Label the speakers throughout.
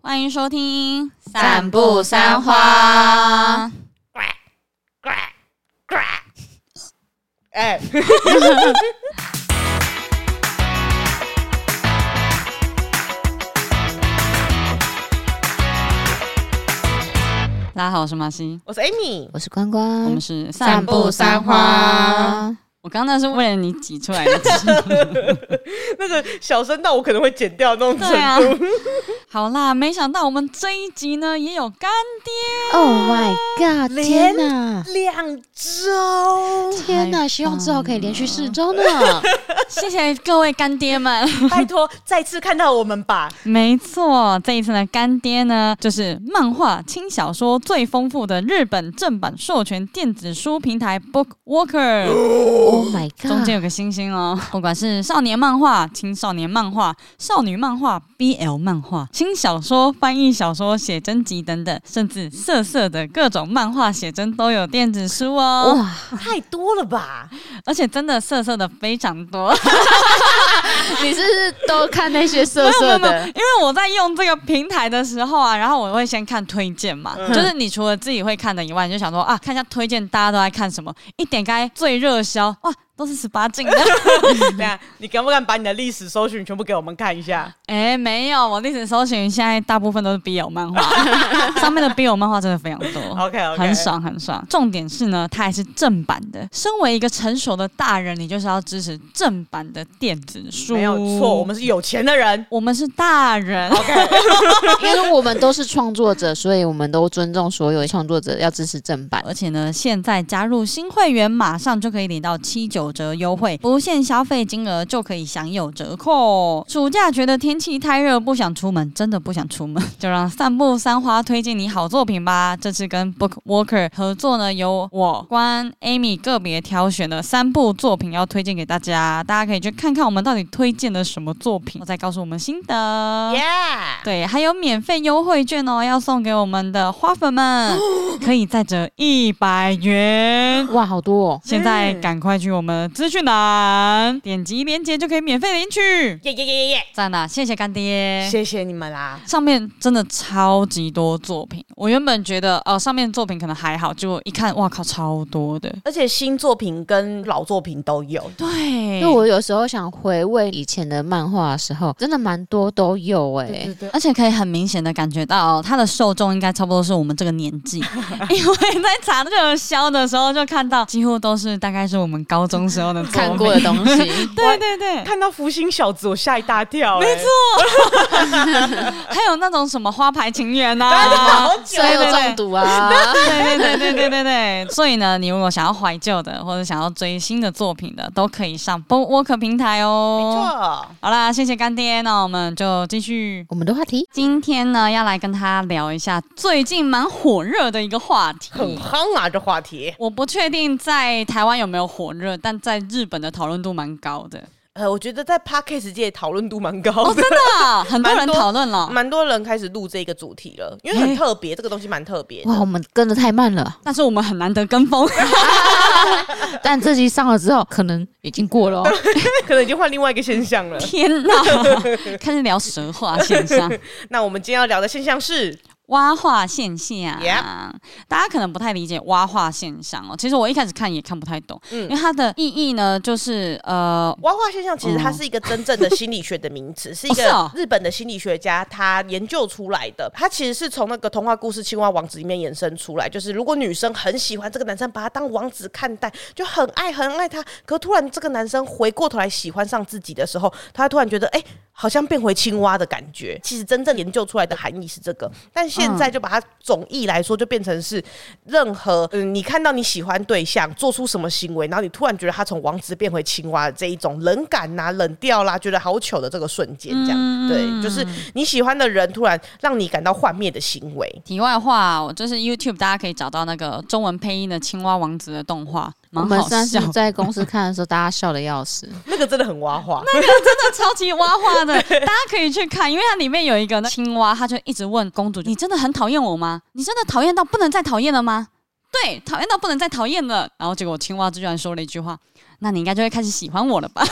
Speaker 1: 欢迎收听《
Speaker 2: 散步三花》。哎、
Speaker 1: 大家好，我是马西，
Speaker 2: 我是 Amy，
Speaker 3: 我是关关，
Speaker 1: 我们是
Speaker 2: 散步三花。
Speaker 1: 我刚刚那是为了你挤出来的字。
Speaker 2: 那个小声到我可能会剪掉那种 程
Speaker 1: 对啊
Speaker 2: 度。
Speaker 1: 好啦，没想到我们这一集呢也有干爹，
Speaker 3: Oh my god！
Speaker 2: 连
Speaker 3: 天哪，
Speaker 2: 两周，
Speaker 3: 天哪！希望之后可以连续四周呢。
Speaker 1: 谢谢各位干爹们。
Speaker 2: 拜托，再次看到我们吧。
Speaker 1: 没错，这一次的干爹呢，就是漫画、轻小说最丰富的日本正版授权电子书平台 Book Walker。
Speaker 3: Oh my
Speaker 1: 中间
Speaker 3: god！
Speaker 1: 有个星星哦。 不管是少年漫画、青少年漫画、少女漫画、BL 漫画、轻小说、翻译小说、写真集等等，甚至色色的各种漫画写真都有电子书哦。
Speaker 3: 哇，
Speaker 2: 太多了吧？
Speaker 1: 而且真的色色的非常 多，
Speaker 3: 你是不是都看那些色
Speaker 1: 没有
Speaker 3: 色
Speaker 1: 没有没有
Speaker 3: 的
Speaker 1: 因？为我在用这个平台的时候啊，然后我会先看推荐嘛，
Speaker 2: 嗯
Speaker 1: 就是你除了自己会看的以外，你就想说啊，看一下推荐大家都在看什么，一点开最热销哇，都是十八禁的。
Speaker 2: 对啊，你敢不敢把你的历史搜寻全部给我们看一下？
Speaker 1: 哎、没有，我历史搜寻现在大部分都是 BL 漫 画，上面的 BL 漫画真的非常多
Speaker 2: OK，OK
Speaker 1: 哦很爽很爽。重点是呢，它还是正版的。身为一个成熟的大人，你就是要支持正版的电子书，
Speaker 2: 没有错，我们是有钱的人。
Speaker 1: 我们是大 人，
Speaker 3: 因为我们都是创作者，所以我们都尊重所有创作者，要支持正版。
Speaker 1: 而且呢，现在加入新会员，马上就可以领到七九折优惠，不限消费金额就可以享有折扣。哦暑假觉得天气太热，不想出门，真的不想出门， 就让散步三花推荐你好作品吧。这次跟 Book Walker 合作呢，由我关 Amy 个别挑选的三部作品要推荐给大家，大家可以去看看我们到底推荐了什么作品，我再告诉我们心得。
Speaker 2: Yeah，
Speaker 1: 对，还有免费优惠券哦，要送给我们的花粉 们，可以再折一百元。
Speaker 3: 哇，好多哦！
Speaker 1: 现在
Speaker 2: 嗯
Speaker 1: 赶快去我们资讯栏，点击链接就可以免费领取。
Speaker 2: 耶耶耶耶
Speaker 1: 赞啦，谢谢干
Speaker 2: 耶！
Speaker 1: 爹。
Speaker 2: 谢谢你们啦。
Speaker 1: 上面真的超级多作品，我原本觉得哦、上面作品可能还好，结果一看，哇靠，超多的。
Speaker 2: 而且新作品跟老作品都有，
Speaker 1: 对，
Speaker 3: 因为我有时候想回味以前的漫画的时候，真的蛮多都有哎、
Speaker 2: 对对
Speaker 1: 而且可以很明显的感觉到，它的受众应该差不多是我们这个年 纪，因为在查热销的时候就看到，几乎都是大概是我们高中时候的作品。
Speaker 3: 看过的。东 西
Speaker 1: 对对对，
Speaker 2: 看到福星小子我吓一大跳、哎没错，
Speaker 1: 还有那种什么花牌情缘呐、
Speaker 2: 真的
Speaker 1: 啊
Speaker 2: 好，
Speaker 3: 所以有中毒啊！
Speaker 1: 对对对对对对对。 所以呢，你如果想要怀旧的，或者想要追新的作品的，都可以上 b o o k Walker 平台
Speaker 2: 没
Speaker 1: 哦。
Speaker 2: 错，
Speaker 1: 好啦，谢谢干爹，那我们就继续。
Speaker 3: 我们的话题
Speaker 1: 今天呢，要来跟他聊一下最近蛮火热的一个话题，
Speaker 2: 很夯啊这话题。
Speaker 1: 我不确定在台湾有没有火热，但在日本的讨论度蛮高的，
Speaker 2: 呃，我觉得在 podcast 界讨论度蛮高哦的，
Speaker 1: 真的啊、很多人
Speaker 2: 蛮多
Speaker 1: 讨论哦了。
Speaker 2: 蛮多嗯人开始录这个主题了，因为很特别，这个东西蛮特别的。
Speaker 3: 哇，我们跟的太慢了，
Speaker 1: 但是我们很难得跟风，
Speaker 3: 但这集上了之后，可能已经过 了、哦。
Speaker 2: 可能已经换另外一个现象了。
Speaker 1: 天哪！ 开始聊蛇化现象、
Speaker 2: 那我们今天要聊的现象是，
Speaker 1: 蛙化现象
Speaker 2: Yep
Speaker 1: 大家可能不太理解蛙化现象哦。其实我一开始看也看不太懂，
Speaker 2: 嗯
Speaker 1: 因为它的意义呢，就是呃，
Speaker 2: 蛙化现象其实它是一个真正的心理学的名 词，是一
Speaker 1: 是
Speaker 2: 个
Speaker 1: 哦
Speaker 2: 日本的心理学家他研究出来的。它其实是从那个童话故事《青蛙王子》里面衍生出来，就是如果女生很喜欢这个男生，把他当王子看待，就很爱很爱他，可突然这个男生回过头来喜欢上自己的时候，他突然觉得哎、诶好像变回青蛙的感觉。其实真正研究出来的含义是这个，但现在就把它总义来说，就变成是任何嗯，你看到你喜欢对象做出什么行为，然后你突然觉得他从王子变回青蛙的这一种冷感呐、冷掉啦，觉得好糗的这个瞬间，这样、对，就是你喜欢的人突然让你感到幻灭的行为。
Speaker 1: 题外话，我就是 YouTube 大家可以找到那个中文配音的青蛙王子的动画，
Speaker 3: 我
Speaker 1: 蛮
Speaker 3: 们
Speaker 1: 好
Speaker 3: 上
Speaker 1: 笑
Speaker 3: 次。在公司看的时候，大家笑的要 死。
Speaker 2: 那个真的很蛙化，
Speaker 1: 超级蛙化 的，大家可以去看，因为它里面有一个青蛙，它就一直问公主：“你真的很讨厌我吗？你真的讨厌到不能再讨厌了吗？”对，讨厌到不能再讨厌了。然后结果青蛙居然说了一句话：“那你应该就会开始喜欢我了吧？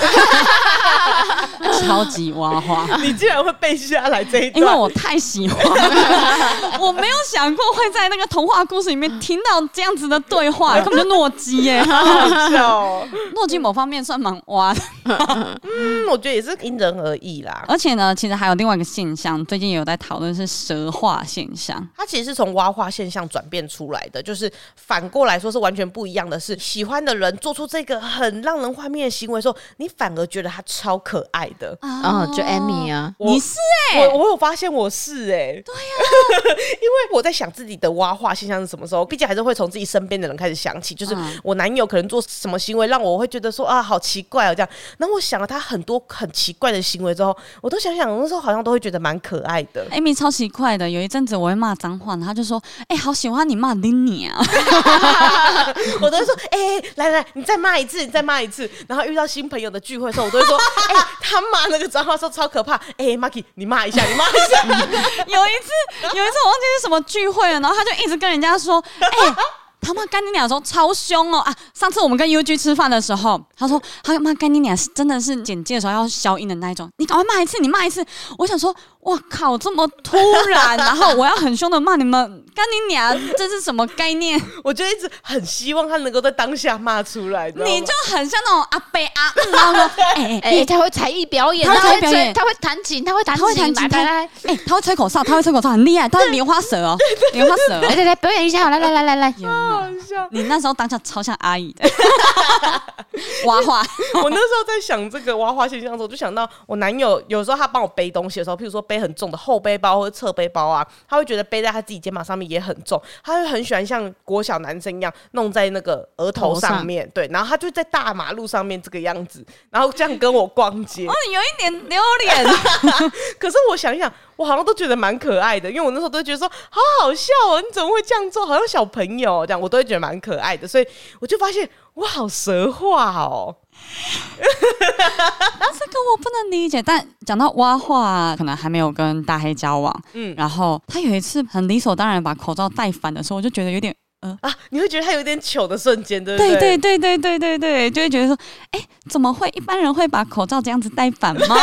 Speaker 1: 超级挖话。
Speaker 2: 你竟然会背下来这一段，
Speaker 1: 因为我太喜欢了，我没有想过会在那个童话故事里面听到这样子的对话，根本就诺基耶、
Speaker 2: 好笑哦、
Speaker 1: 诺基某方面算蛮挖的。
Speaker 2: 嗯，我觉得也是因人而异啦。
Speaker 1: 而且呢，其实还有另外一个现象，最近也有在讨论是蛇化现象。
Speaker 2: 它其实是从挖化现象转变出来的，就是反过来说是完全不一样的是，喜欢的人做出这个很让人画面的行为的时候，你反而觉得他超可爱的。
Speaker 3: 哦，就 Amy 啊，
Speaker 2: 我
Speaker 1: 你是
Speaker 2: 我我有发现我是哎、对呀、 因为我在想自己的挖化现象是什么时候，毕竟还是会从自己身边的人开始想起，就是
Speaker 1: 嗯
Speaker 2: 我男友可能做什么行为让我会觉得说啊好奇怪哦这样，然后我想了他很多很奇怪的行为之后，我都想想我那时候好像都会觉得蛮可爱的，
Speaker 1: Amy 超奇怪的，有一阵子我会骂脏话，然后她就说：“哎、好喜欢你骂 Lina 啊
Speaker 2: 我都会说哎、来来你再骂一次，你再骂一次，然后遇到新朋友的聚会的时候，我都会说哎、他骂那个脏话说超可怕，哎、m a k i 你骂一下，你骂一下，！”
Speaker 1: 有一次，有一次我忘记是什么聚会了，然后她就一直跟人家说：“哎、他骂干你俩说超凶哦啊！上次我们跟 UG 吃饭的时候，她说他骂干你俩是真的是简介的时候要消音的那一种，你赶快骂一次，你骂一次。我想说，哇靠，这么突然，然后我要很凶的骂你们干你俩，这是什么概念？
Speaker 2: 我就一直很希望他能够在当下骂出来，知道吗
Speaker 1: 你就很像那种阿伯阿嗯，然后说哎哎哎
Speaker 3: 哎，他会才艺表演，
Speaker 1: 他会才艺
Speaker 3: 会
Speaker 1: 表
Speaker 3: 吹
Speaker 1: 演
Speaker 3: 他会弹琴，他会弹
Speaker 1: 他会弹吉
Speaker 3: 来
Speaker 1: 他，
Speaker 3: 来
Speaker 1: 哎
Speaker 3: 来，、
Speaker 1: 他会吹口哨，他会吹口哨，很厉害，他是莲花蛇哦，莲花蛇哦。
Speaker 3: 来来来，表演一下哦，来来来来来，
Speaker 1: 天哪你那时候当下超像阿姨的，娃娃，
Speaker 2: 我那时候在想这个挖花现象的时候，我就想到我男友有时候他帮我背东西的时候，譬如说背很重的后背包或者侧背包啊，他会觉得背在他自己肩膀上面也很重，他会很喜欢像国小男生一样弄在那个额头上面，对，然后他就在大马路上面这个样子，然后这样跟我逛街
Speaker 1: 哦。，有一点丢脸。
Speaker 2: 可是我想一想，我好像都觉得蛮可爱的，因为我那时候都觉得说好好笑哦，你怎么会这样做？好像小朋友哦这样，我都会觉得蛮可爱的，所以我就发现我好蛇化哦。
Speaker 1: 这个我不能理解。但讲到蛙化，可能还没有跟大黑交往，嗯
Speaker 2: 嗯，
Speaker 1: 然后他有一次很理所当然把口罩戴反的时候，我就觉得有点，呃，
Speaker 2: 啊，你会觉得他有点糗的瞬间，对不
Speaker 1: 对
Speaker 2: 对
Speaker 1: 对对对对对对，就会觉得说，哎、怎么会一般人会把口罩这样子戴反吗？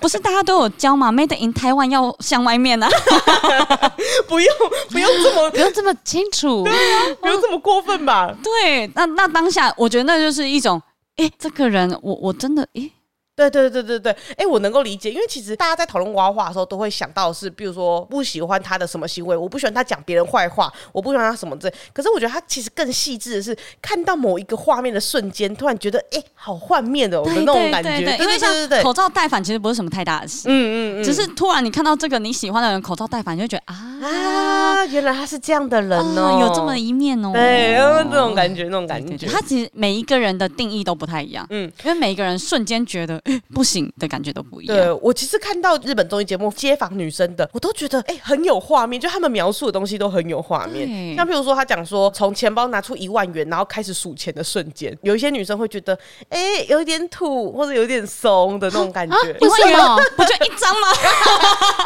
Speaker 1: 不是大家都有教嘛，Made in Taiwan 要向外面啊。
Speaker 2: 不用 不用这么
Speaker 3: 不用这么清 楚，
Speaker 2: 不用这么过分吧？
Speaker 1: 对，那那当下，我觉得那就是一种，诶，这个人，我我真的，诶，
Speaker 2: 对对对对对，哎、我能够理解，因为其实大家在讨论挖话的时候，都会想到的是，比如说不喜欢他的什么行为，我不喜欢他讲别人坏话，我不喜欢他什么之类。可是我觉得他其实更细致的是，看到某一个画面的瞬间，突然觉得哎、好幻灭的、哦的
Speaker 1: 对
Speaker 2: 那种
Speaker 1: 对
Speaker 2: 感觉，
Speaker 1: 对对，
Speaker 2: 对
Speaker 1: 因为
Speaker 2: 对对
Speaker 1: 像
Speaker 2: 对对，
Speaker 1: 口罩戴反其实不是什么太大的事，
Speaker 2: 嗯嗯嗯，
Speaker 1: 只是突然你看到这个你喜欢的人口罩戴反，你就会觉得啊，
Speaker 2: 啊，原来他是这样的人哦，
Speaker 1: 啊有这么一面哦，
Speaker 2: 对，嗯这种感觉，那种感
Speaker 1: 对对
Speaker 2: 觉，
Speaker 1: 他其实每一个人的定义都不太一样，嗯
Speaker 2: 嗯，
Speaker 1: 因为每一个人瞬间觉得、诶不行的感觉都不一样
Speaker 2: 对。我其实看到日本综艺节目街访女生的，我都觉得哎、很有画面，就他们描述的东西都很有画
Speaker 1: 对
Speaker 2: 面。像譬如说，他讲说从钱包拿出一万元，然后开始数钱的瞬间，有一些女生会觉得哎、有一点土或者有点怂的那种感觉，
Speaker 1: 一万
Speaker 3: 为什
Speaker 2: 啊
Speaker 3: 么
Speaker 1: 元不就一张 吗？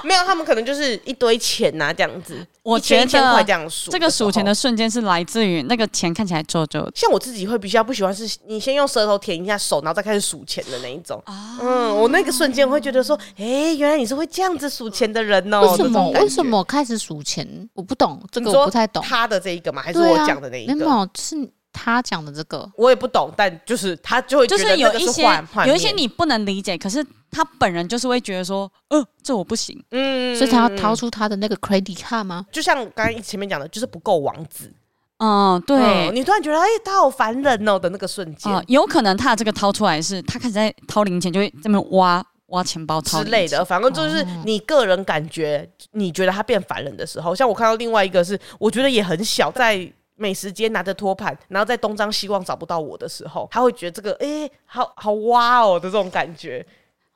Speaker 2: 没有，他们可能就是一堆钱啊呐、这样子，
Speaker 1: 我
Speaker 2: 一千
Speaker 1: 觉
Speaker 2: 一千块这
Speaker 1: 得
Speaker 2: 样数，
Speaker 1: 这个数钱
Speaker 2: 哦
Speaker 1: 的。瞬间是来自于那个钱看起来皱皱的。
Speaker 2: 像我自己会比较不喜欢是，你先用舌头舔一下手，然后再开始数钱的那一种。
Speaker 1: 啊
Speaker 2: 嗯，我那个瞬间会觉得说，哎、原来你是会这样子数钱的人哦、
Speaker 3: 为
Speaker 2: 这
Speaker 3: 什
Speaker 2: 种
Speaker 3: 么
Speaker 2: 感
Speaker 3: 为
Speaker 2: 觉
Speaker 3: 什么开始数钱？我不懂这
Speaker 2: 你
Speaker 3: 个，
Speaker 2: 说
Speaker 3: 我不太懂。
Speaker 2: 他的这一个吗？还是
Speaker 3: 对
Speaker 2: 我
Speaker 3: 啊，
Speaker 2: 讲的那一
Speaker 3: 没
Speaker 2: 个？
Speaker 3: 有，是他讲的这个。
Speaker 2: 我也不懂，但就是他就会
Speaker 1: 就
Speaker 2: 觉得
Speaker 1: 是有
Speaker 2: 那个
Speaker 1: 一
Speaker 2: 是
Speaker 1: 些
Speaker 2: 幻幻
Speaker 1: 有一些
Speaker 2: 灭
Speaker 1: 你不能理解，可是他本人就是会觉得说，呃，这我不行。
Speaker 2: 嗯
Speaker 3: 所以他要掏
Speaker 2: 出，
Speaker 3: 出他的那个 credit card 吗？
Speaker 2: 就像刚才前面讲的，就是不够王子，
Speaker 1: 嗯，对，
Speaker 2: 嗯你突然觉得哎、他好烦人哦的那个瞬间、
Speaker 1: 啊、有可能他的这个掏出来是，他开始在掏零钱，就会这么挖挖钱包掏
Speaker 2: 之
Speaker 1: 零
Speaker 2: 类
Speaker 1: 钱
Speaker 2: 的，反正就是你个人感觉，你觉得他变烦人的时候，像我看到另外一个是，我觉得也很小，在。美食街拿着托盘，然后在东张西望找不到我的时候，他会觉得这个哎、好好哇哦的这种感觉，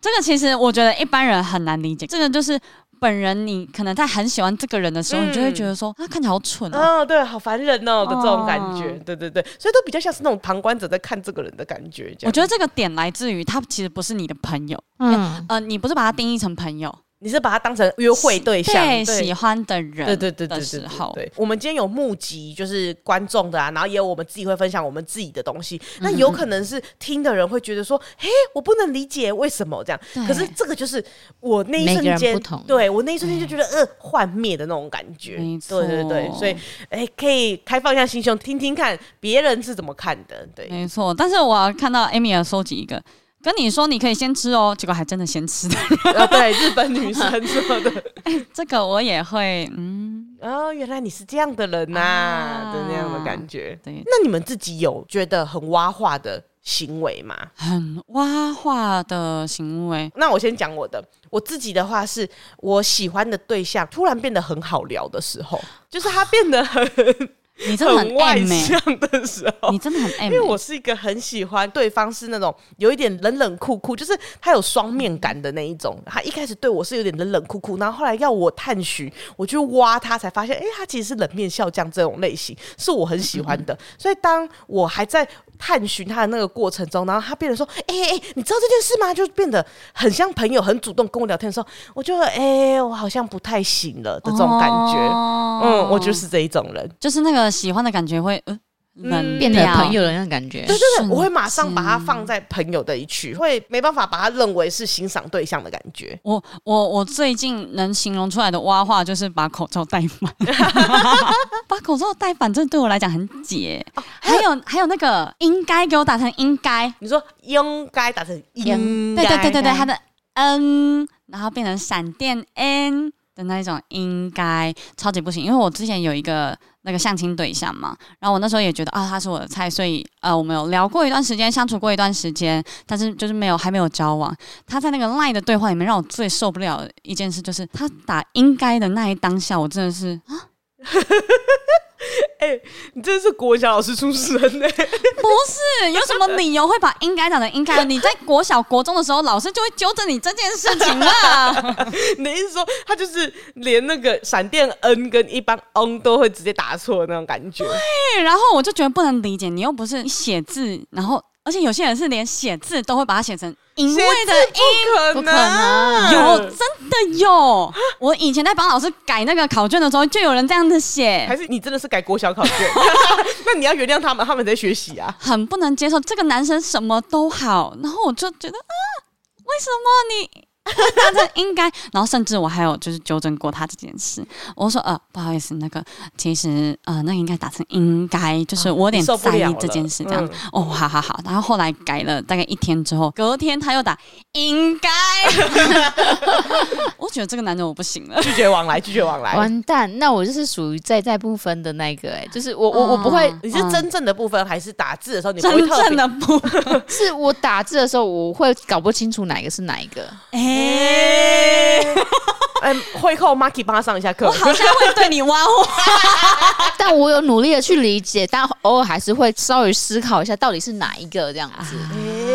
Speaker 1: 这个其实我觉得一般人很难理解，这个就是本人你可能在很喜欢这个人的时候，你就会觉
Speaker 2: 嗯
Speaker 1: 得说，他看起来好蠢啊。
Speaker 2: 啊、对，好烦人哦的这种感觉，
Speaker 1: 哦
Speaker 2: 对对对，所以都比较像是那种旁观者在看这个人的感觉，这样。
Speaker 1: 我觉得这个点来自于他其实不是你的朋友，
Speaker 3: 嗯，
Speaker 1: 呃，你不是把他定义成朋友，
Speaker 2: 你是把它当成约会对象，
Speaker 1: 对
Speaker 2: 对
Speaker 1: 喜欢的人，
Speaker 2: 对对对对
Speaker 1: 的
Speaker 2: 对
Speaker 1: 时
Speaker 2: 对
Speaker 1: 候，
Speaker 2: 对，我们今天有募集就是观众的啊，然后也有我们自己会分享我们自己的东西。
Speaker 1: 嗯
Speaker 2: 那有可能是听的人会觉得说，嘿，我不能理解为什么这样。
Speaker 1: 嗯
Speaker 3: 对
Speaker 2: 可是这个就是我那一
Speaker 3: 每个
Speaker 2: 瞬
Speaker 3: 人
Speaker 2: 间
Speaker 3: 不同，
Speaker 2: 对我那一瞬间就觉得呃幻灭的那种感觉
Speaker 1: 嗯没。
Speaker 2: 对对对，
Speaker 1: 错
Speaker 2: 所以哎，可以开放一下心胸，听听看别人是怎么看的。对，
Speaker 1: 没错。但是我看到 Amy 有收集一个。跟你说，你可以先吃哦，结果还真的先吃的，
Speaker 2: 啊对，日本女生说的
Speaker 1: 这个我也会，嗯，
Speaker 2: 哦，原来你是这样的人呐、
Speaker 1: 啊
Speaker 2: 的那样的感觉。
Speaker 1: 对，
Speaker 2: 那你们自己有觉得很挖话的行为吗？
Speaker 1: 很挖话的行为，
Speaker 2: 那我先讲我的，我自己的话是我喜欢的对象突然变得很好聊的时候，就是他变得很
Speaker 1: 你真的很
Speaker 2: 很外
Speaker 1: M 欸
Speaker 2: 向的时候
Speaker 1: 你。真的 很 M，
Speaker 2: 因
Speaker 1: 欸、
Speaker 2: 为我是一个很喜欢对方是那种有一点冷冷酷酷，就是他有双面感的那一种。他一开始对我是有点冷冷酷酷，然后后来要我探寻，我去挖他，才发现，哎、他其实是冷面笑匠这种类型，是我很喜欢的。所以当我还在探寻他的那个过程中，然后他变得说，哎、哎、哎你知道这件事吗？就变得很像朋友，很主动跟我聊天的时候，我就哎、我好像不太行了的这种感觉。
Speaker 1: 哦
Speaker 2: 嗯，我就是这一种人。
Speaker 1: 就是那个喜欢的感觉会，呃，冷
Speaker 3: 变得
Speaker 1: 掉
Speaker 3: 朋友的那种感觉
Speaker 2: 对。对
Speaker 1: 瞬
Speaker 2: 对，我会马上把它放在朋友的一区，会没办法把它认为是欣赏对象的感觉。
Speaker 1: 我我我最近能形容出来的蛙话就是把口罩戴 反，把口罩戴反，这对我来讲很解。哦还有还有那个应该给我打成应该，
Speaker 2: 你说应该打成应该，
Speaker 1: 对对对对对，
Speaker 3: 该
Speaker 1: 它的嗯，然后变成闪电 n 的那一种，应该超级不行。因为我之前有一个那个相亲对象嘛，然后我那时候也觉得啊，他是我的菜，所以呃，我们有聊过一段时间，相处过一段时间，但是就是没有还没有交往。他在那个 line 的对话里面，让我最受不了的一件事就是，他打应该的那一当下，我真的是
Speaker 2: 你真的是国小老师出身呢、
Speaker 1: 不是有什么理由会把应该打成应该？你在国小国中的时候，老师就会纠正你这件事情了。
Speaker 2: 你的意思说他就是连那个闪电 N 跟一般 N 都会直接打错的那种感觉？
Speaker 1: 对，然后我就觉得不能理解，你又不是你写字，然后而且有些人是连写字都会把它写成因为的
Speaker 2: 写字不可
Speaker 3: 不可能
Speaker 1: 因，有真的有。我以前在帮老师改那个考卷的时候，就有人这样子写
Speaker 2: 还，是你真的是改国小考卷？那你要原谅他们，他们在学习啊。
Speaker 1: 很不能接受。这个男生什么都好，然后我就觉得啊，为什么你？ 他的应该，然后甚至我还有就是纠正过他这件事。我说呃，不好意思，那个其实呃，那个应该打成应该，就是我有点
Speaker 2: 你受不
Speaker 1: 在
Speaker 2: 了
Speaker 1: 意
Speaker 2: 了
Speaker 1: 这件事，这样
Speaker 2: 嗯
Speaker 1: 哦，好好好，然后后来改了大概一天之后，隔天他又打应 该，我觉得这个男人我不行了，
Speaker 2: 拒绝往来，拒绝往来。
Speaker 3: 完蛋，那我就是属于在在部分的那一个、哎，就是我我我不会，
Speaker 2: 你是真正的部分还是打字的时候你不
Speaker 1: 真
Speaker 2: 会特
Speaker 1: 正
Speaker 2: 别？
Speaker 1: 的不，
Speaker 3: 是我打字的时候我会搞不清楚哪一个是哪一个。
Speaker 1: 哎、
Speaker 2: 哎，会后 Marky 帮他上一下课。
Speaker 1: 我好像会对你哦挖我，
Speaker 3: 但我有努力的去理解，但偶尔还是会稍微思考一下到底是哪一个这样子。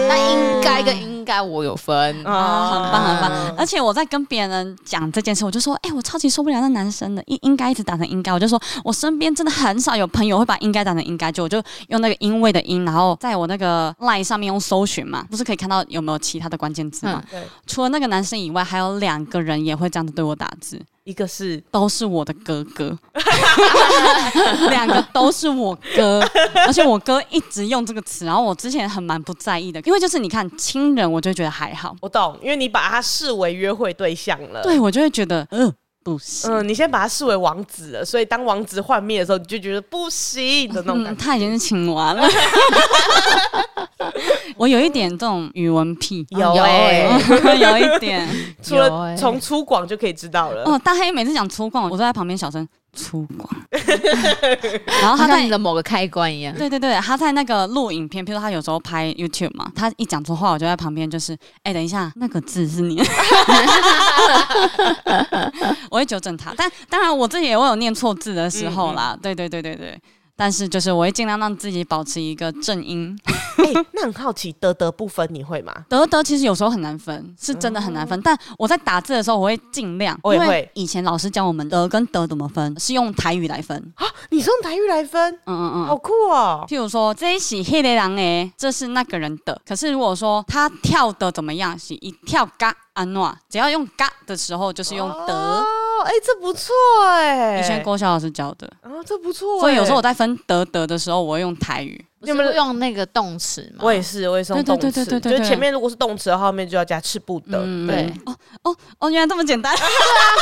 Speaker 3: 那应该跟应该我有
Speaker 2: 嗯
Speaker 3: 分，
Speaker 1: 啊，很棒很
Speaker 2: 啊
Speaker 1: 棒！而且我在跟别人讲这件事，我就说，哎、我超级受不了那男生的，应应该一直打成应该。我就说哎我身边真的很少有朋友会把应该打成应该，就我就用那个因为的因，然后在我那个 line 上面用搜寻嘛，不是可以看到有没有其他的关键字吗？
Speaker 2: 嗯对，
Speaker 1: 除了那个男生以外，还有两个人也会这样子对我打字，
Speaker 2: 一个是
Speaker 1: 都是我的哥 哥，两个都是我哥，而且我哥一直用这个词，然后我之前很蛮不在意的，因为就是你看亲人，我就觉得还好。
Speaker 2: 我懂，因为你把他视为约会对象了。
Speaker 1: 对，我就会觉得，嗯、不行，
Speaker 2: 嗯，你先把他视为王子了，所以当王子幻灭的时候，你就觉得不行的那种
Speaker 1: 嗯，
Speaker 2: 感觉。
Speaker 1: 他已经是青蛙 了。 我有一点这种语文癖，
Speaker 2: 有
Speaker 3: 有
Speaker 2: 哎、
Speaker 3: 欸
Speaker 1: 嗯哦 有一点。
Speaker 2: 除
Speaker 3: 有
Speaker 2: 了
Speaker 3: 欸
Speaker 2: 从粗犷就可以知道了。
Speaker 1: 哦，大黑每次讲粗犷，我都在旁边小声粗犷。 然后他
Speaker 3: 好像
Speaker 1: 在
Speaker 3: 你的某个开关一样。
Speaker 1: 对对对，他在那个录影片，譬如他有时候拍 YouTube 嘛，他一讲错话，我就在旁边就是，哎、等一下，那个字是你，
Speaker 2: 嗯
Speaker 1: 我会纠正他。但当然，我自己也会有念错字的时候啦。对对对对对，但是就是我会尽量让自己保持一个正音。
Speaker 2: 哎、
Speaker 1: 嗯
Speaker 2: 那很好奇，德德不分你会吗？
Speaker 1: 德德其实有时候很难分，是真的很难分。但我在打字的时候，我会尽量，
Speaker 2: 嗯我也
Speaker 1: 因为
Speaker 2: 会
Speaker 1: 以前老师教我们德跟德怎么分，是用台语来分。
Speaker 2: 啊，你是用台语来分，
Speaker 1: 嗯嗯嗯，
Speaker 2: 好酷哦！
Speaker 1: 譬如说这一起黑雷狼诶，这是那个人的。可是如果说他跳的怎么样，是一跳嘎安诺，只要用嘎的时候就是用德。
Speaker 2: 哦，哎、这不错哎、
Speaker 1: 以前郭晓老师教的，
Speaker 2: 啊，这不错、哎
Speaker 1: 所以有时候我在分德德的时候，我会用台语。
Speaker 3: 你们用那个动词吗？
Speaker 2: 我也是，我也是用
Speaker 1: 对
Speaker 2: 动
Speaker 1: 对
Speaker 2: 词，
Speaker 1: 对对对对
Speaker 2: 就是前面如果是动词的话，后面就要加吃不得。
Speaker 1: 嗯
Speaker 2: 对，
Speaker 3: 对，
Speaker 1: 哦哦，原来这么简单。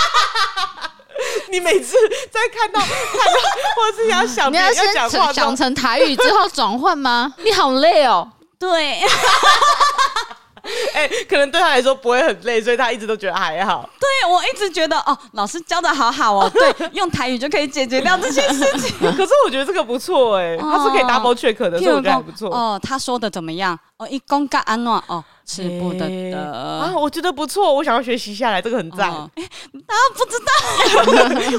Speaker 2: 你每次在看到看到或是 要想
Speaker 3: 哦你
Speaker 2: 别
Speaker 3: 要
Speaker 2: 人要
Speaker 3: 先
Speaker 2: 讲话
Speaker 3: 成
Speaker 2: 的时候
Speaker 3: 讲成台语之后转换吗？ 你好累哦，
Speaker 1: 对，
Speaker 2: 哎、可能对他来说不会很累，所以他一直都觉得还好。
Speaker 1: 对我一直觉得哦，老师教的好好哦， 对，用台语就可以解决掉这些事情。
Speaker 2: 可是我觉得这个不错哎、他是可以
Speaker 1: 哦
Speaker 2: double check 的，所以我觉得还不错。
Speaker 1: 哦，他说的怎么样？哦，一公嘎安诺哦，吃不得
Speaker 2: 哎
Speaker 1: 的
Speaker 2: 啊，。我觉得不错，我想要学习下来，这个很赞。
Speaker 1: 哦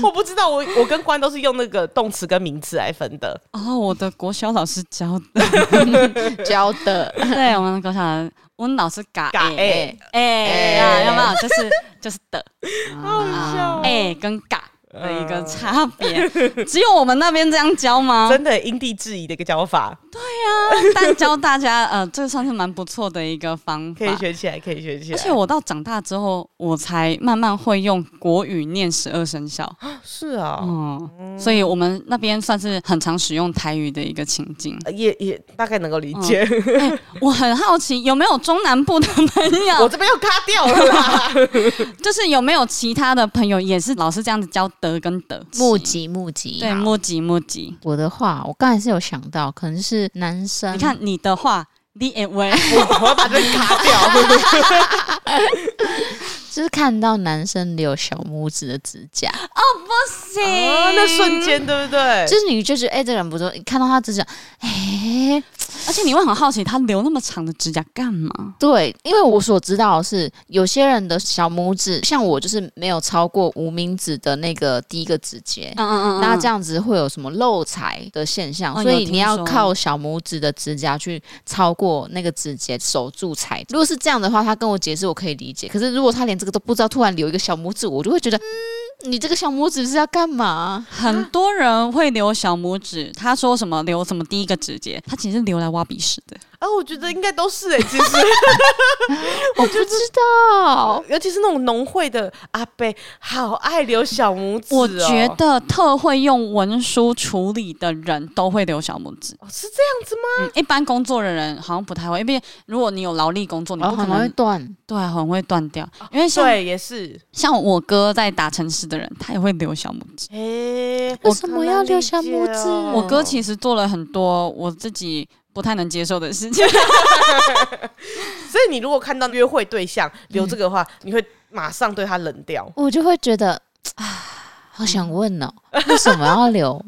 Speaker 2: 我不知道，我我跟关都是用那个动词跟名词来分的。
Speaker 1: 哦，我的国小老师教的，
Speaker 3: 教 的。
Speaker 1: 对我们的国小老师，我们老师嘎
Speaker 2: 嘎
Speaker 1: 哎
Speaker 2: 哎，
Speaker 1: 哎啊，要不然就是就是 的
Speaker 2: 笑嗯
Speaker 1: 哎跟嘎的一个差别，只有我们那边这样教吗？
Speaker 2: 真的因地制宜的一个教法，
Speaker 1: 但教大家，呃，这算是蛮不错的一个方法
Speaker 2: 可。以学起来，可以学起
Speaker 1: 而
Speaker 2: 来。
Speaker 1: 且我到长大之后，我才慢慢会用国语念十二生肖，
Speaker 2: 是啊、
Speaker 1: 哦、所以我们那边算是很常使用台语的一个情境。
Speaker 2: 呃也也大概能够理解。
Speaker 1: 我很好奇，有没有中南部的朋
Speaker 2: 我
Speaker 1: 友，
Speaker 2: 这边又卡掉了啦。
Speaker 1: 就是有没有其他的朋友也是老是这样子教德跟德
Speaker 3: 募，集募集，
Speaker 1: 对，
Speaker 3: 好
Speaker 1: 木吉木吉。
Speaker 3: 我的话，我刚才是有想到，可能是男生。
Speaker 1: 你看你的话，你也会，
Speaker 2: 我我要把这边卡 掉。
Speaker 3: 就是看到男生留小拇指的指甲，
Speaker 2: 啊，那瞬间对不对？
Speaker 3: 就是你就觉得哎、这个人不错，你看到他指嗯甲，哎、
Speaker 1: 而且你会很好奇，他留那么长的指甲干嘛？
Speaker 3: 对，因为我所知道的是有些人的小拇指，像我就是没有超过无名指的那个第一个指节。
Speaker 1: 嗯嗯
Speaker 3: 那这样子会有什么漏财的现象？
Speaker 1: 哦
Speaker 3: 所
Speaker 1: 有
Speaker 3: 以
Speaker 1: 听
Speaker 3: 你要
Speaker 1: 说
Speaker 3: 靠小拇指的指甲去超过那个指节守住财。如果是这样的话，他跟我解释我可以理解。可是如果他连这个都不知道，突然留一个小拇指，我就会 觉得，嗯，你这个小拇指是要干嘛？
Speaker 1: 很多人会留小拇指，他说什么留什么第一个指节，他其实是留来挖鼻屎的。
Speaker 2: 啊，我觉得应该都是哎、其实。
Speaker 3: 我不知道。
Speaker 2: 尤其是那种农会的阿伯，好爱留小拇指、哦。
Speaker 1: 我觉得特会用文书处理的人都会留小拇指，
Speaker 2: 哦是这样子吗？
Speaker 1: 嗯，一般工作的人好像不太会，因为如果你有劳力工作，你
Speaker 3: 然
Speaker 1: 不
Speaker 3: 后
Speaker 1: 可
Speaker 3: 哦很容易
Speaker 1: 能
Speaker 3: 断。
Speaker 1: 对啊很会断掉。因为像
Speaker 2: 对，也是。
Speaker 1: 像我哥在打城市的人，他也会留小拇指。
Speaker 2: 哎、
Speaker 3: 为
Speaker 2: 我
Speaker 3: 什
Speaker 2: 好
Speaker 3: 么要
Speaker 2: 难理
Speaker 3: 留小
Speaker 2: 解
Speaker 3: 拇指
Speaker 2: 哦
Speaker 1: 我哥其实做了很多我自己不太能接受的事情，
Speaker 2: 所以你如果看到约会对象留这个的话，你会马上对他冷掉。
Speaker 3: 我就会觉得啊，好想问哦，为什么要留？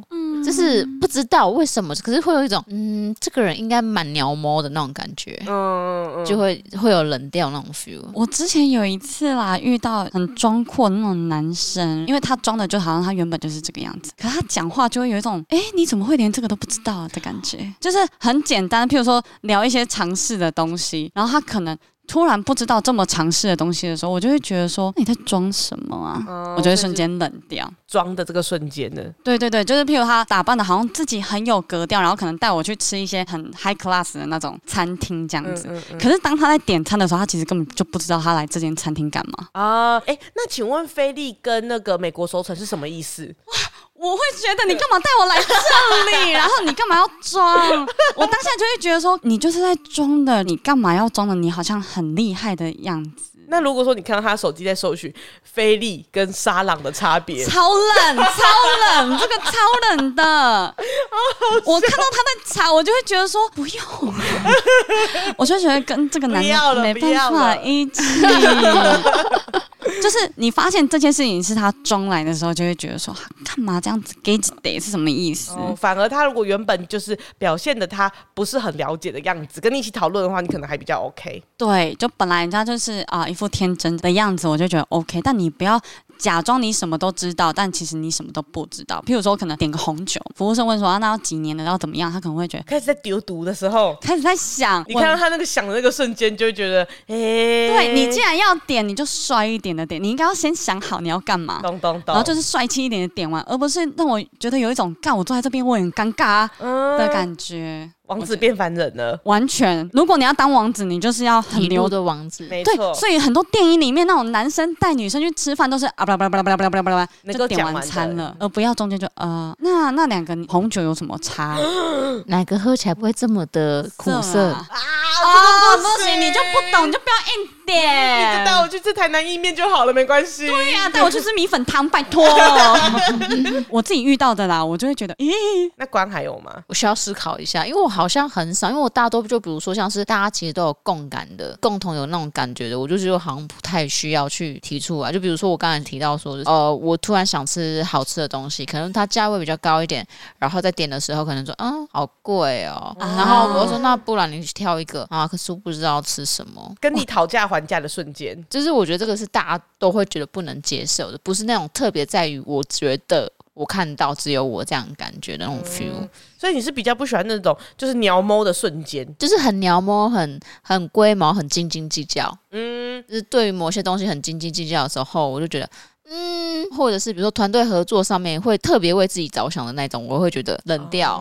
Speaker 3: 就是不知道为什么，可是会有一种嗯，这个人应该蛮鸟毛的那种感觉，
Speaker 2: 嗯，嗯
Speaker 3: 就会会有冷掉那种 feel。
Speaker 1: 我之前有一次啦，遇到很装阔的那种男生，因为他装的就好像他原本就是这个样子，可他讲话就会有一种，哎、你怎么会连这个都不知道啊的感觉，就是很简单，譬如说聊一些常识的东西，然后他可能。突然不知道这么常识的东西的时候，我就会觉得说那你在装什么啊？
Speaker 2: 哦
Speaker 1: 我就会瞬间冷掉。
Speaker 2: 装的这个瞬间呢，
Speaker 1: 对对对，就是譬如他打扮的好像自己很有格调，然后可能带我去吃一些很 high class 的那种餐厅这样子。
Speaker 2: 嗯嗯
Speaker 1: 可是当他在点餐的时候，他其实根本就不知道他来这间餐厅干嘛。
Speaker 2: 啊，哎、那请问菲利跟那个美国首城是什么意思？
Speaker 1: 我会觉得你干嘛带我来这里，然后你干嘛要装？我当下就会觉得说，你就是在装的，你干嘛要装的？你好像很厉害的样子，
Speaker 2: 那如果说你看到他手机在搜寻菲利跟沙朗的差别，
Speaker 1: 超 冷，超冷，这个超冷的。
Speaker 2: 哦
Speaker 1: 我看到他在查，我就会觉得说 不用，我就觉得跟这个男
Speaker 2: 不要
Speaker 1: 的
Speaker 2: 了
Speaker 1: 没
Speaker 2: 不要
Speaker 1: 办法
Speaker 2: 了
Speaker 1: 一 起。就是你发现这件事情是他装来的时候，就会觉得说啊干嘛这样子 gay 得是什么意思？
Speaker 2: 哦，反而他如果原本就是表现的他不是很了解的样子，跟你一起讨论的话，你可能还比较 OK。
Speaker 1: 对，就本来人家就是啊、一副天真的样子，我就觉得哦 OK，但你不要假装你什么都知道，但其实你什么都不知道。譬如说，可能点个红酒，服务生问说、啊、那要几年的，要怎么样，他可能会觉得
Speaker 2: 开始在丢毒的时候，
Speaker 1: 开始在想，
Speaker 2: 你
Speaker 1: 我
Speaker 2: 看到他那个响的那个瞬间，就会觉得，哎、
Speaker 1: 对你既然要点，你就帅一点的点，你应该要先想好你要干嘛。
Speaker 2: 咚咚
Speaker 1: 然后
Speaker 2: 咚，
Speaker 1: 就是帅气一点的点完，而不是让我觉得有一种干我坐在这边我也很尴尬啊
Speaker 2: 嗯
Speaker 1: 的感觉。
Speaker 2: 王
Speaker 1: 我
Speaker 2: 子
Speaker 1: 觉得
Speaker 2: 变凡人了，
Speaker 1: 完全，如果你要当王子，你就是要很
Speaker 3: 很
Speaker 1: 流
Speaker 3: 牛的王子，
Speaker 2: 没
Speaker 1: 对
Speaker 2: 错，，
Speaker 1: 所以很多电影里面那种男生带女生去吃饭都是啊，不啦不啦不啦不啦不啦不啦不啦，
Speaker 2: 能够
Speaker 1: 就点
Speaker 2: 讲
Speaker 1: 完
Speaker 2: 完
Speaker 1: 餐
Speaker 2: 的
Speaker 1: 了，而不要中间就呃，那那两个红酒有什么差？
Speaker 3: 哪个喝起来不会这么的苦
Speaker 1: 色
Speaker 3: 涩？
Speaker 1: 啊
Speaker 2: 啊
Speaker 1: 啊，不行，你就不懂，你就不要硬点。
Speaker 2: 就带我去吃台南意面就好了，没关系。
Speaker 1: 对呀、带我去吃米粉汤，拜 托。我自己遇到的啦，我就会觉得，咦，
Speaker 2: 那关还有吗？
Speaker 3: 我需要思考一下，因为我好像很少，因为我大多就比如说像是大家其实都有共感的，共同有那种感觉的，我就觉得好像不太需要去提出啊来。就比如说我刚才提到说，就是呃，我突然想吃好吃的东西，可能它价位比较高一点，然后在点的时候可能说，嗯，好贵哦，
Speaker 1: 啊
Speaker 3: 然后我就说那不然你去挑一个啊，可是我不知道吃什么。
Speaker 2: 跟你讨价还价的瞬间，
Speaker 3: 就是我觉得这个是大家都会觉得不能接受的，不是那种特别在于我觉得我看到只有我这样感觉的那种 feel，、
Speaker 2: 所以你是比较不喜欢那种就是鸟猫的瞬间，
Speaker 3: 就是很鸟摸、很很龟毛、很斤斤计较。
Speaker 2: 嗯，
Speaker 3: 就是对于某些东西很斤斤计较的时候，我就觉得。嗯，或者是比如说团队合作上面会特别为自己着想的那种，我会觉得冷掉。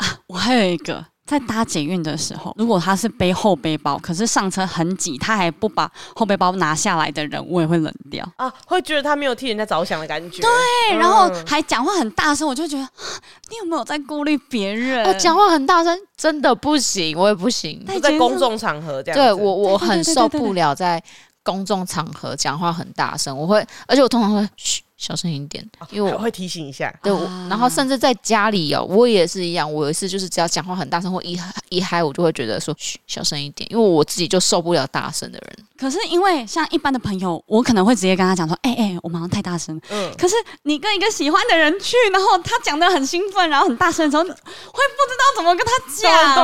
Speaker 1: 哦我还有一个。在搭捷运的时候，如果他是背后背包，可是上车很挤，他还不把后背包拿下来的人，我也会冷掉。
Speaker 2: 啊，会觉得他没有替人家着想的感觉。
Speaker 1: 对，
Speaker 2: 嗯
Speaker 1: 然后还讲话很大声，我就觉得啊你有没有在顾虑别人？
Speaker 3: 哦，讲话很大声，真的不行，我也不行。
Speaker 1: 太
Speaker 2: 就在
Speaker 1: 尖
Speaker 2: 公
Speaker 1: 锐
Speaker 2: 众场合这样
Speaker 3: 对
Speaker 2: 子。
Speaker 3: 我，我
Speaker 1: 对对
Speaker 3: 很
Speaker 1: 对
Speaker 3: 受
Speaker 1: 对对
Speaker 3: 不了在公众场合讲话很大声，我会，而且我通常会嘘，小声一点，因为
Speaker 2: 我
Speaker 3: 我
Speaker 2: 啊会提醒一下，
Speaker 3: 对，我然后
Speaker 1: 啊
Speaker 3: 甚至在家里哦，我也是一样。我有一次就是只要讲话很大声或一一嗨，我就会觉得说嘘，小声一点，因为我自己就受不了大声的人。
Speaker 1: 可是因为像一般的朋友，我可能会直接跟他讲说：“哎、哎、我们好像太大声。”
Speaker 2: 嗯
Speaker 1: 可是你跟一个喜欢的人去，然后他讲的很兴奋，然后很大声的时候，会不知道怎么跟他
Speaker 2: 咚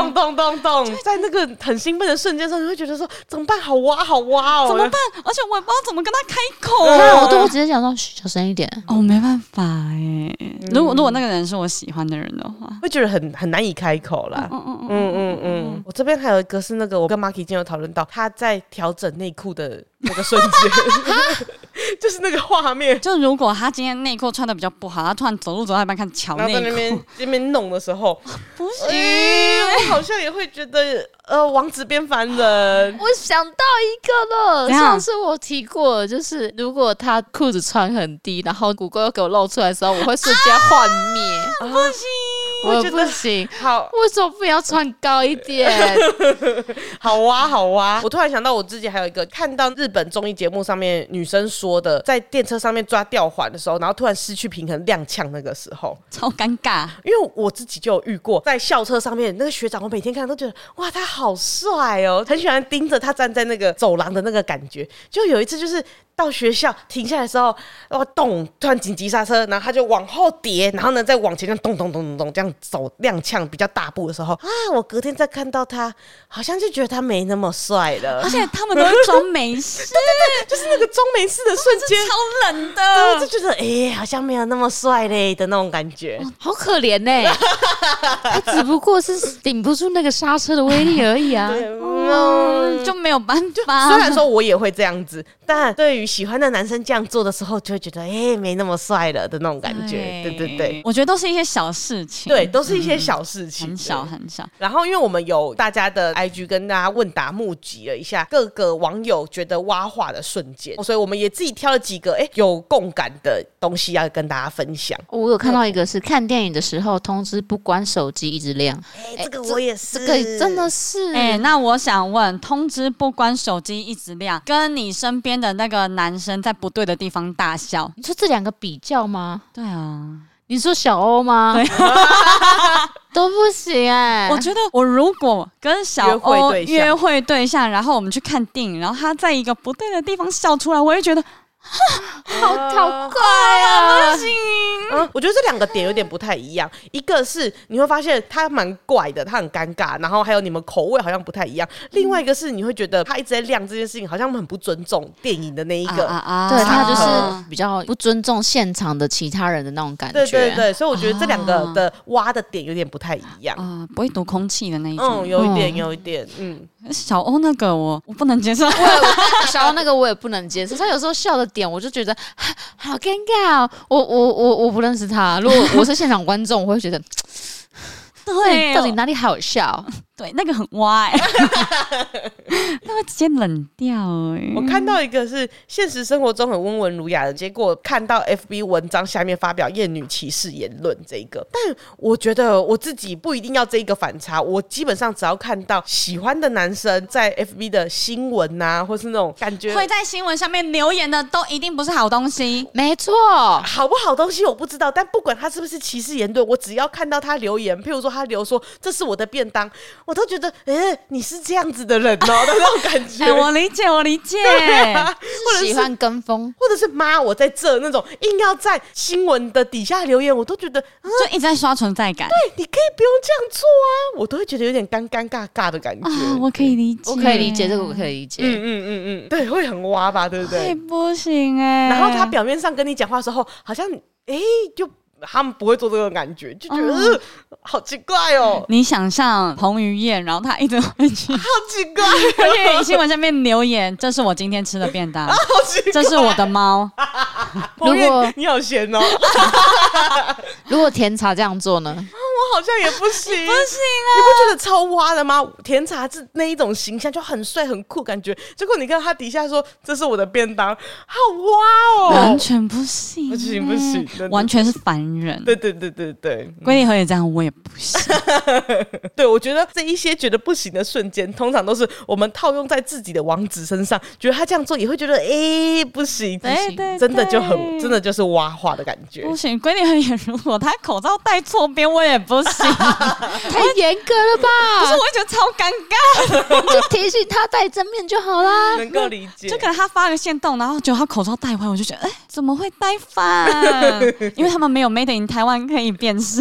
Speaker 1: 讲，
Speaker 2: 咚咚咚咚，在那个很兴奋的瞬间上，你会觉得说怎么办？好哇，好哇哦！
Speaker 1: 怎么办？而且我也不知道怎么跟他开口。
Speaker 3: 啊，我都会直接讲说嘘，小声一点。
Speaker 1: 哦，没办法哎、如果如果那个人是我喜欢的人的话，
Speaker 2: 会觉得很很难以开口啦。
Speaker 1: 嗯嗯嗯，
Speaker 2: 嗯嗯嗯，我这边还有一个是那个，我跟 Marky 今天有讨论到，他在调整内裤的那个瞬间， 就是那个画面，
Speaker 1: 就如果他今天内裤穿的比较不好，他突然走路走到一半看瞧
Speaker 2: 然后在那
Speaker 1: 内
Speaker 2: 边
Speaker 1: 裤，
Speaker 2: 那边弄的时候，
Speaker 1: 不行。
Speaker 2: 哎我好像也会觉得，呃，王子变 凡人，
Speaker 3: 我想到一个了，
Speaker 1: 怎样
Speaker 3: 上次我提过，就是如果他裤子穿很低，然后骨沟又给我露出来的时候，我会瞬间幻灭，
Speaker 2: 不行，
Speaker 3: 啊我
Speaker 2: 啊我觉
Speaker 3: 不
Speaker 2: 得
Speaker 3: 行。
Speaker 2: 好
Speaker 3: 为什么不要穿高一 点？
Speaker 2: 好哇、好哇、我突然想到，我自己还有一个看到日本综艺节目上面女生说的，在电车上面抓吊环的时候，然后突然失去平衡踉跄那个时候，
Speaker 1: 超尴 尬，
Speaker 2: 因为我自己就有遇过，在校车上面那个学长，我每天看都觉得哇，他好帅哦，很喜欢盯着他站在那个走廊的那个感觉。就有一次就是。到学校停下来的时候，然后咚，突然紧急刹车，然后他就往后跌，然后呢再往前这样咚咚咚咚咚这样走踉跄比较大步的时候啊，我隔天再看到他，好像就觉得他没那么帅了
Speaker 1: 而，且他们都会装没事，
Speaker 2: 就是那个中没事的瞬间，
Speaker 1: 超冷
Speaker 2: 然后就
Speaker 1: 的。
Speaker 2: 觉得哎、好像没有那么帅嘞的那种感觉。
Speaker 3: 好可怜呢、 他只不过是顶不住那个刹车的威力而已啊。
Speaker 2: 哦
Speaker 1: 嗯，就没有办法。
Speaker 2: 虽然说我也会这样子，但对于喜欢的男生这样做的时候，就会觉得哎、诶没那么帅了的那种感觉。对对对
Speaker 1: 哎我觉得都是一些小事情，
Speaker 2: 对，，都是一些小事情，
Speaker 1: 很小
Speaker 2: 对
Speaker 1: 很小。
Speaker 2: 然后，因为我们有大家的 IG 跟大家问答募集了一下各个网友觉得挖话的瞬间，所以我们也自己挑了几个哎有共感的东西要跟大家分享。
Speaker 3: 我有看到一个是看电影的时候通知不关手机一直亮，
Speaker 2: 哎、这个我也是，
Speaker 3: 这个真的是
Speaker 1: 哎、那我想问，通知不关手机一直亮，跟你身边的那个男生在不对的地方大笑，
Speaker 3: 你说这两个比较吗？
Speaker 1: 对啊，
Speaker 3: 你说小欧吗？ 都不行哎、
Speaker 1: 我觉得我如果跟小
Speaker 2: 约会
Speaker 1: 欧
Speaker 2: 对象
Speaker 1: 约会对象，然后我们去看电影，然后他在一个不
Speaker 2: 呃
Speaker 1: 对的地方笑出来，我会觉得
Speaker 3: 好好怪啊！
Speaker 1: 不行。
Speaker 2: 嗯常我觉得这两个点有点不太一样，一个是你会发现他蛮怪的，他很尴尬，然后还有你们口味好像不太一样；另外一个是你会觉得他一直在亮这件事情，好像很不尊重电影的那一个。
Speaker 1: 啊啊
Speaker 3: 对他
Speaker 2: 就
Speaker 3: 就是比较不尊重现场的其他人的那种感觉。
Speaker 2: 嗯对对对，所以我觉得这两个的挖的点有点不太一样。
Speaker 1: 啊、不会读空气的那一
Speaker 2: 嗯，
Speaker 1: 种。
Speaker 2: 有一点，
Speaker 3: 嗯
Speaker 2: 有一点，嗯，
Speaker 1: 小欧那个我我不能 接受，
Speaker 3: 小欧那个我也不能接受，他有时候笑的点，我就觉得啊好尴尬、哦。我我我我不认识他，如果我是现场观众，我会觉 得哎
Speaker 1: 对哦
Speaker 3: 到底哪里好笑？
Speaker 1: 对那个很歪、 那会直接冷掉哎、
Speaker 2: 我看到一个是现实生活中很温文儒雅的，结果看到 FB 文章下面发表厌女歧视言论这一个，但我觉得我自己不一定要这一个反差，我基本上只要看到喜欢的男生在 FB 的新闻呐、或是那种感觉
Speaker 1: 会在新闻下面留言的都一定不是好东西。
Speaker 3: 没错，
Speaker 2: 好不好东西我不知道，但不管他是不是歧视言论，我只要看到他留言，譬如说他留说这是我的便当，我都觉得，嗯、你是这样子的人哦、的那种感觉。
Speaker 1: 哎、我理解，我理 解。
Speaker 2: 或者
Speaker 3: 喜
Speaker 2: 是
Speaker 3: 欢跟风。
Speaker 2: 或者是妈我在这那种硬要在新闻的底下留言，我都觉得啊，
Speaker 1: 就一直在刷存在感
Speaker 2: 你可以不用这样做啊，我都会觉得有点尴尴尬尬的感觉。
Speaker 1: 啊，我可以理解，
Speaker 3: 我可以理解这个，我可以理解。
Speaker 2: 嗯嗯嗯嗯，对，会很挖吧，对不
Speaker 1: 哎
Speaker 2: 对？
Speaker 1: 不行哎、
Speaker 2: 然后他表面上跟你讲话的时候，好像哎、就他们不会做这种感觉，就觉得、
Speaker 1: 嗯
Speaker 2: 呃好奇怪哦，
Speaker 1: 你想象彭于晏，然后他一直会 去
Speaker 2: 好奇怪、
Speaker 1: 去新闻下面留言，这是我今天吃的便当，
Speaker 2: 好奇怪。
Speaker 1: 这是我的猫，
Speaker 2: 彭越
Speaker 3: 如果
Speaker 2: 你好闲哦， 我
Speaker 3: 如果甜茶这样做呢？
Speaker 2: 好像也不行。
Speaker 1: 不行啊，
Speaker 2: 你不觉得超挖的吗？甜茶是那一种形象，就很帅很酷感觉。结果你看他底下说这是我的便当，好挖哦
Speaker 1: 完，全不行、哎
Speaker 2: 不行不行，，真的
Speaker 1: 完。全是凡人。
Speaker 2: 对对对对对
Speaker 1: 龟梨和也这样，我也不 行。
Speaker 2: 对，我觉得这一些觉得不行的瞬间，通常都是我们套用在自己的王子身上，觉得他这样做也会觉得，诶，不行，不
Speaker 1: 对
Speaker 2: 行
Speaker 1: 对
Speaker 2: 真的就很，
Speaker 1: 对
Speaker 2: 真的就是挖话的感觉。
Speaker 1: 不行，龟梨和也，如果他口罩戴错边，我也不行。
Speaker 3: 太严格了
Speaker 1: 可是
Speaker 3: 吧？
Speaker 1: 我会觉得超尴 尬，
Speaker 3: 就提醒他戴正面就好啦。
Speaker 2: 能够理解
Speaker 1: 就，可能他发个线动，然后结果他口罩戴坏，我就觉得，哎、怎么会戴反？ 因为他们没有 Made in 台湾可以辨识。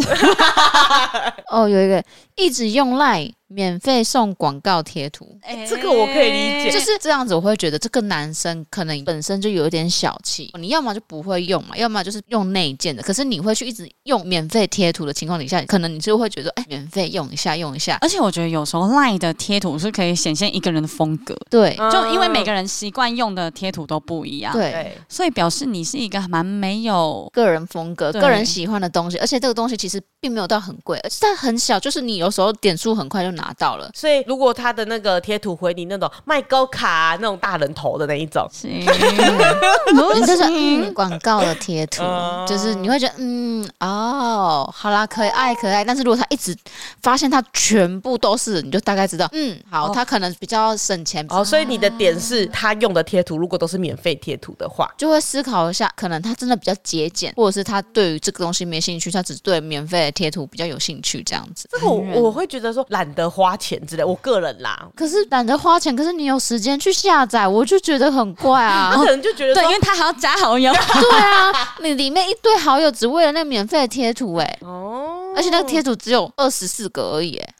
Speaker 3: 哦，有一个一直用赖免费送广告贴图，
Speaker 2: 这个我可以理解
Speaker 3: 哎就。是这样子，我会觉得这个男生可能本身就有一点小气，你要么就不会用嘛，要么就是用内建的。可是你会去一直用免费贴图的情况底下，可能你就会觉得，哎，免费用一下，用一下。
Speaker 1: 而且我觉得有时候 LINE 的贴图是可以显现一个人的风格，
Speaker 3: 对
Speaker 2: 嗯
Speaker 1: 就因为每个人习惯用的贴图都不一样，，
Speaker 3: 对，
Speaker 2: 对
Speaker 1: 所以表示你是一个蛮没 有。
Speaker 3: 个人风格、
Speaker 1: 对
Speaker 3: 个人喜欢的东西，而且这个东西其实并没有到很贵，而且它很小，就是你有时候点数很快就拿到了。
Speaker 2: 所以如果他的那个贴图回你那种卖高卡、啊那种大人头的那一种，
Speaker 1: 行，
Speaker 3: 你
Speaker 1: 不
Speaker 3: 这是
Speaker 1: 行
Speaker 3: 嗯广告的贴图
Speaker 2: 哦，
Speaker 3: 就是你会觉得嗯哦，好啦，可爱可爱。但是如果他一直发现他全部都是，你就大概知道，嗯，好，
Speaker 1: 哦
Speaker 3: 他可能比较省钱，
Speaker 2: 哦，所以你的点是他用的贴图，如果都是免费贴图的话，
Speaker 3: 就会思考一下，可能他真的比较节俭，或者是他对于这个东西没兴趣，他只对免费的贴图比较有兴趣这样子。
Speaker 2: 这个我
Speaker 1: 当然
Speaker 2: 我会觉得说懒得花钱之类，我个人啦，
Speaker 3: 可是懒得花钱，可是你有时间去下载，我就觉得很怪啊
Speaker 2: 他。可能就觉得
Speaker 1: 对，因
Speaker 2: 说。
Speaker 1: 为他还要加好 友，
Speaker 3: 对啊，你里面一堆好友只为了那免费的贴图、哎，
Speaker 2: 哦
Speaker 3: 而且那个贴图只有二十四个而已、哎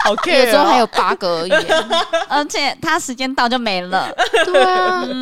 Speaker 2: 好
Speaker 3: 有
Speaker 2: care，
Speaker 3: 时候还
Speaker 2: 哦
Speaker 3: 有八个而已、哎
Speaker 1: 而且他时间到就没了。
Speaker 3: 对啊，
Speaker 2: 因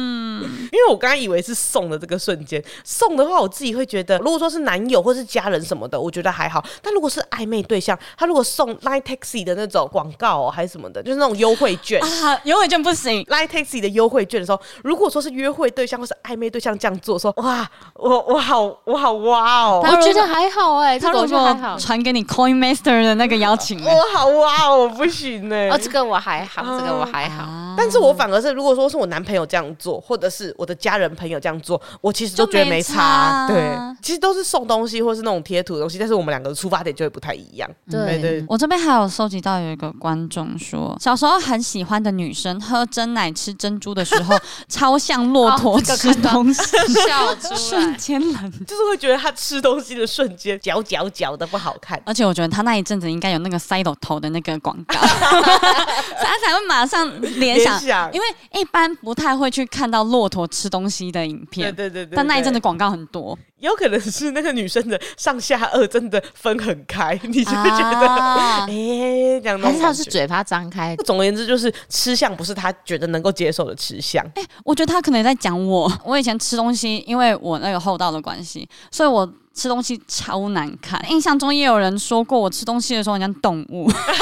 Speaker 2: 为我刚刚以为是送的这个瞬间，送的话我自己会觉得，如果说是男友或是家人什么的，我觉得还好。但如果是暧昧对象，他如果送 Line Taxi 的那种广告、哦、还是什么的，就是那种优惠 券，
Speaker 1: 啊，游泳券不行，
Speaker 2: Line Taxi 的优惠券的时候，如果说是约会对象或是暧昧对象这样做，说哇，我我好我好哇哦，
Speaker 1: 他
Speaker 3: 我
Speaker 1: 如
Speaker 3: 觉得还好哎、这
Speaker 1: 他
Speaker 3: 个我
Speaker 1: 如
Speaker 3: 觉得还
Speaker 1: 果
Speaker 3: 好。
Speaker 1: 传给你 Coin Master 的那个邀请呢，
Speaker 2: 我好哇哦，不行呢、
Speaker 3: 哦，这个我还好，这个我还好，
Speaker 1: 啊
Speaker 2: 但是我反而是，如果说是我男朋友这样做，或者是我的家人朋友这样做，我其实都觉得没差。
Speaker 1: 就没差啊
Speaker 2: 对，其实都是送东西或是那种贴图的东西，但是我们两个的出发点就会不太一样。 对
Speaker 3: 对。
Speaker 2: 对，
Speaker 1: 我这边还有收集到有一个观众说，小时候很喜欢的女生喝真奶吃珍珠的 时候，超像骆驼
Speaker 3: 哦这个
Speaker 1: 吃
Speaker 3: 看到
Speaker 1: 东 西，
Speaker 3: 笑出
Speaker 1: 瞬
Speaker 3: 来，
Speaker 1: 间冷。
Speaker 2: 就是会觉得他吃东西的瞬间嚼嚼嚼的不好看。
Speaker 1: 而且我觉得 他那一阵子应该有那个塞斗头的那个广告，所以他才会马上联想，
Speaker 2: 想，
Speaker 1: 因为一般不太会去看到骆驼吃东西的影
Speaker 2: 对
Speaker 1: 片，
Speaker 2: 对对对，
Speaker 1: 但那一
Speaker 2: 对
Speaker 1: 阵的广告很多，
Speaker 2: 有可能是那个女生的上下颚真的分很开， 你就会觉得
Speaker 1: 啊
Speaker 2: 哎、欸，这样那
Speaker 3: 还
Speaker 2: 种
Speaker 3: 是他
Speaker 2: 感
Speaker 3: 是
Speaker 2: 觉。
Speaker 3: 嘴巴张开
Speaker 2: 总而言之，就是吃相不是他觉得能够接受的吃相。
Speaker 1: 我觉得他可能也在讲我。 我以前吃东西，因为我那个厚道的关系，所以我吃东西超难看。印象中也有人说过，我吃东西的时候很像动物， 可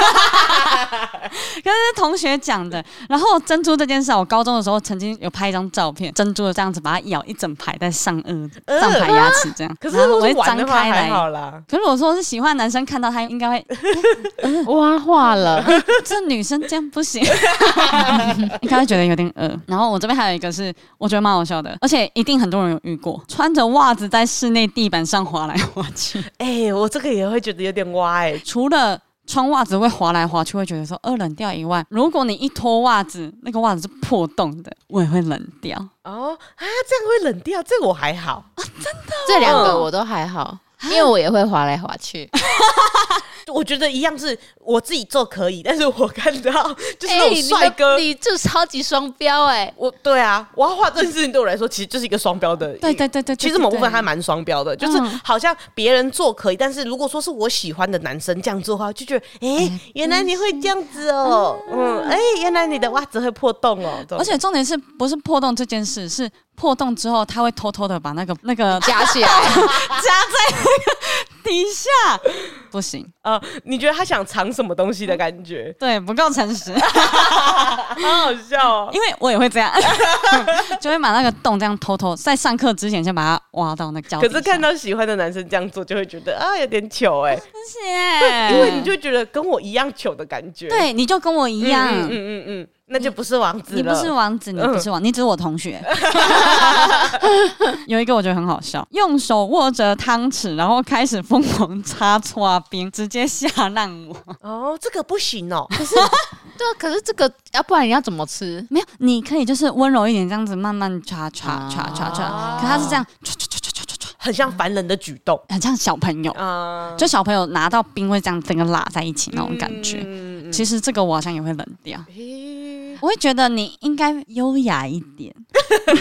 Speaker 1: 是同学讲的。然后珍珠这件事啊，我高中的时候曾经有拍一张照片，珍珠的这样子把它咬一整排在上颚、
Speaker 2: 呃
Speaker 1: 上排牙齿这样，
Speaker 2: 可是
Speaker 1: 然
Speaker 2: 如
Speaker 1: 后我
Speaker 2: 果
Speaker 1: 会
Speaker 2: 是玩
Speaker 1: 张
Speaker 2: 的话
Speaker 1: 开
Speaker 2: 还
Speaker 1: 来。
Speaker 2: 好啦，
Speaker 1: 可是我说是喜欢的男生看到他应该会，
Speaker 3: 挖化了，
Speaker 1: 这女生这样不 行，应该会觉得有点恶。然后我这边还有一个是，我觉得蛮好笑的，而且一定很多人有遇过，穿着袜子在室内地板上滑来滑 去，
Speaker 2: 哎、我这个也会觉得有点歪、欸。
Speaker 1: 除了。穿袜子会滑来滑去，会觉得说呃冷掉以外，如果你一脱袜子，那个袜子是破洞的，我也会冷掉。
Speaker 2: 哦啊，这样会冷掉，这个我还好。
Speaker 3: 这两个我都还好，因为我也会滑来滑去。
Speaker 2: 我觉得一样是我自己做可以，但是我看到就是那种帅哥，
Speaker 3: 哎你就超级双标哎、
Speaker 2: 我对啊，我要画这件事情对我来说其实就是一个双标的。
Speaker 1: 对对对对，
Speaker 2: 其实某部分还蛮双标的，就是
Speaker 1: 嗯
Speaker 2: 好像别人做可以，但是如果说是我喜欢的男生这样做的话，就觉得哎、原来你会这样子哦，嗯，哎、原来你的袜子会破洞哦，这种
Speaker 1: 而且重点是不是破洞这件事，是破洞之后他会偷偷的把那个那 个
Speaker 3: 夹起来，
Speaker 1: 夹在那个底下，不行。
Speaker 2: 呃，你觉得他想藏什么东西的感 觉，
Speaker 1: 对，不够诚实，
Speaker 2: 好好笑哦。
Speaker 1: 因为我也会这样，就会把那个洞这样偷偷在上课之前先把它挖到那个脚底
Speaker 2: 可
Speaker 1: 下。
Speaker 2: 是看到喜欢的男生这样做，就会觉得啊有点糗 哎、
Speaker 1: 谢，
Speaker 2: 因为你就觉得跟我一样糗的感觉。
Speaker 1: 对，你就跟我一
Speaker 2: 嗯，
Speaker 1: 样，
Speaker 2: 嗯嗯嗯嗯，那就不是王子了。
Speaker 1: 你不是王子，你不是王，你只是我同学。有一个我觉得很好笑，用手握着汤匙，然后开始疯狂插搓冰，直接吓烂我。
Speaker 2: 哦，这个不行哦。
Speaker 3: 对啊，可是这个要不然你要怎么吃？
Speaker 1: 没有，你可以就是温柔一点，这样子慢慢插插插插
Speaker 2: 啊
Speaker 1: 插。可他是这样，
Speaker 2: 很像凡人的举动
Speaker 1: 很像小朋友。
Speaker 2: 啊，
Speaker 1: 就小朋友拿到冰会这样整个拉在一起那种感觉。
Speaker 2: 嗯
Speaker 1: 其实这个我好像也会冷掉，
Speaker 2: 嗯
Speaker 1: 我会觉得你应该优雅一点。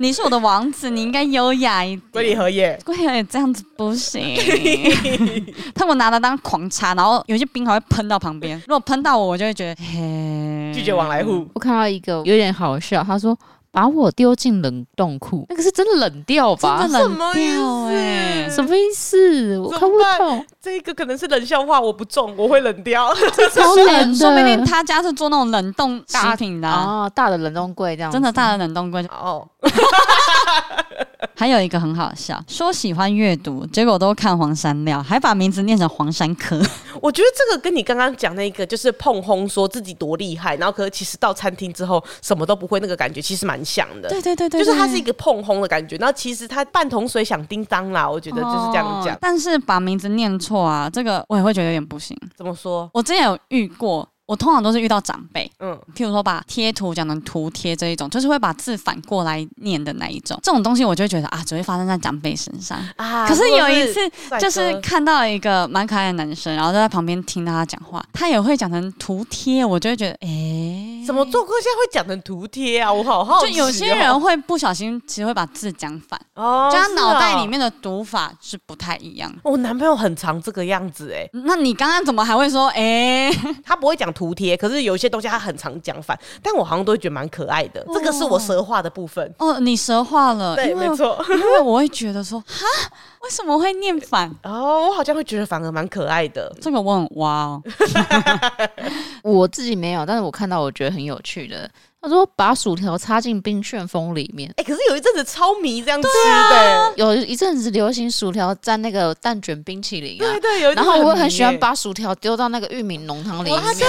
Speaker 1: 你是我的王子，你应该优雅一
Speaker 2: 归理
Speaker 1: 点。
Speaker 2: 合也，
Speaker 1: 贵也这样子不行，他们拿了当狂插，然后有些冰还会喷到旁边。如果喷到我，我就会觉得嘿，
Speaker 2: 拒绝往来
Speaker 1: 嗯
Speaker 2: 户。
Speaker 3: 我看到一个有点好笑，他说把我丢进冷冻库，那个是真的冷掉吧？
Speaker 1: 真的冷掉
Speaker 2: 什么
Speaker 1: 哎、
Speaker 2: 意思
Speaker 3: 什么意思？我
Speaker 2: 怎么
Speaker 3: 看不
Speaker 2: 办
Speaker 3: 懂，
Speaker 2: 这个可能是冷笑话，我不中，我会冷掉。
Speaker 3: 这超
Speaker 1: 说
Speaker 3: 冷的。
Speaker 1: 说不定他家是做那种冷冻食品的啊、
Speaker 3: 哦，大的冷冻柜这样子，
Speaker 1: 真的大的冷冻柜
Speaker 2: 哦，
Speaker 1: 还有一个很好笑，说喜欢阅读，结果都看黄山料，还把名字念成黄山科。
Speaker 2: 我觉得这个跟你刚刚讲那个，就是碰轰说自己多厉害，然后可是其实到餐厅之后什么都不会，那个感觉其实蛮像的。
Speaker 1: 对对对
Speaker 2: 就是它是一个碰轰的感觉，然后其实它半桶水响叮当啦，我觉得就是这样讲。
Speaker 1: 哦但是把名字念错啊，这个我也会觉得有点不行。
Speaker 2: 怎么说？
Speaker 1: 我之前有遇过。我通常都是遇到长辈，
Speaker 2: 嗯，
Speaker 1: 譬如说把贴图讲成图贴这一种，就是会把字反过来念的那一种。这种东西我就会觉得啊，只会发生在长辈身上。
Speaker 2: 啊
Speaker 1: 可是有一
Speaker 2: 如
Speaker 1: 次
Speaker 2: 果帅哥
Speaker 1: 就是看到一个蛮可爱的男生，然后就在旁边听他讲话，他也会讲成图贴，我就会觉得哎，诶
Speaker 2: 怎么做过现在会讲成图贴啊？我好好
Speaker 1: 就
Speaker 2: 奇哦
Speaker 1: 有些人会不小心，其实会把字讲反，
Speaker 2: 哦
Speaker 1: 就他
Speaker 2: 是
Speaker 1: 脑袋里
Speaker 2: 哦
Speaker 1: 面的读法是不太一样的。
Speaker 2: 我男朋友很常这个样子哎、
Speaker 1: 那你刚刚怎么还会说？哎、
Speaker 2: 他不会讲图贴，可是有一些东西他很常讲反，但我好像都会觉得蛮可爱的。
Speaker 1: 哦
Speaker 2: 这个是我蛇化的部分，
Speaker 1: 哦，你蛇化了，
Speaker 2: 对，
Speaker 1: 因为
Speaker 2: 没错。
Speaker 1: 因为我会觉得 说，哈，为什么会念反？
Speaker 2: 哦，我好像会觉得反而蛮可爱的。
Speaker 1: 这个我很哇哦，
Speaker 2: 啊
Speaker 3: 我自己没有，但是我看到我觉得很有趣的。他说把薯条插进冰旋风里面，
Speaker 2: 哎、可是有一阵子超迷这样吃
Speaker 1: 啊
Speaker 2: 的、
Speaker 3: 有一阵子流行薯条蘸那个蛋卷冰淇淋啊
Speaker 2: 对，对，有一
Speaker 3: 然
Speaker 2: 阵子
Speaker 3: 后我很
Speaker 2: 迷
Speaker 3: 喜欢
Speaker 2: 欸
Speaker 3: 把薯条丢到那个玉米浓汤里面。
Speaker 2: 哇
Speaker 3: 超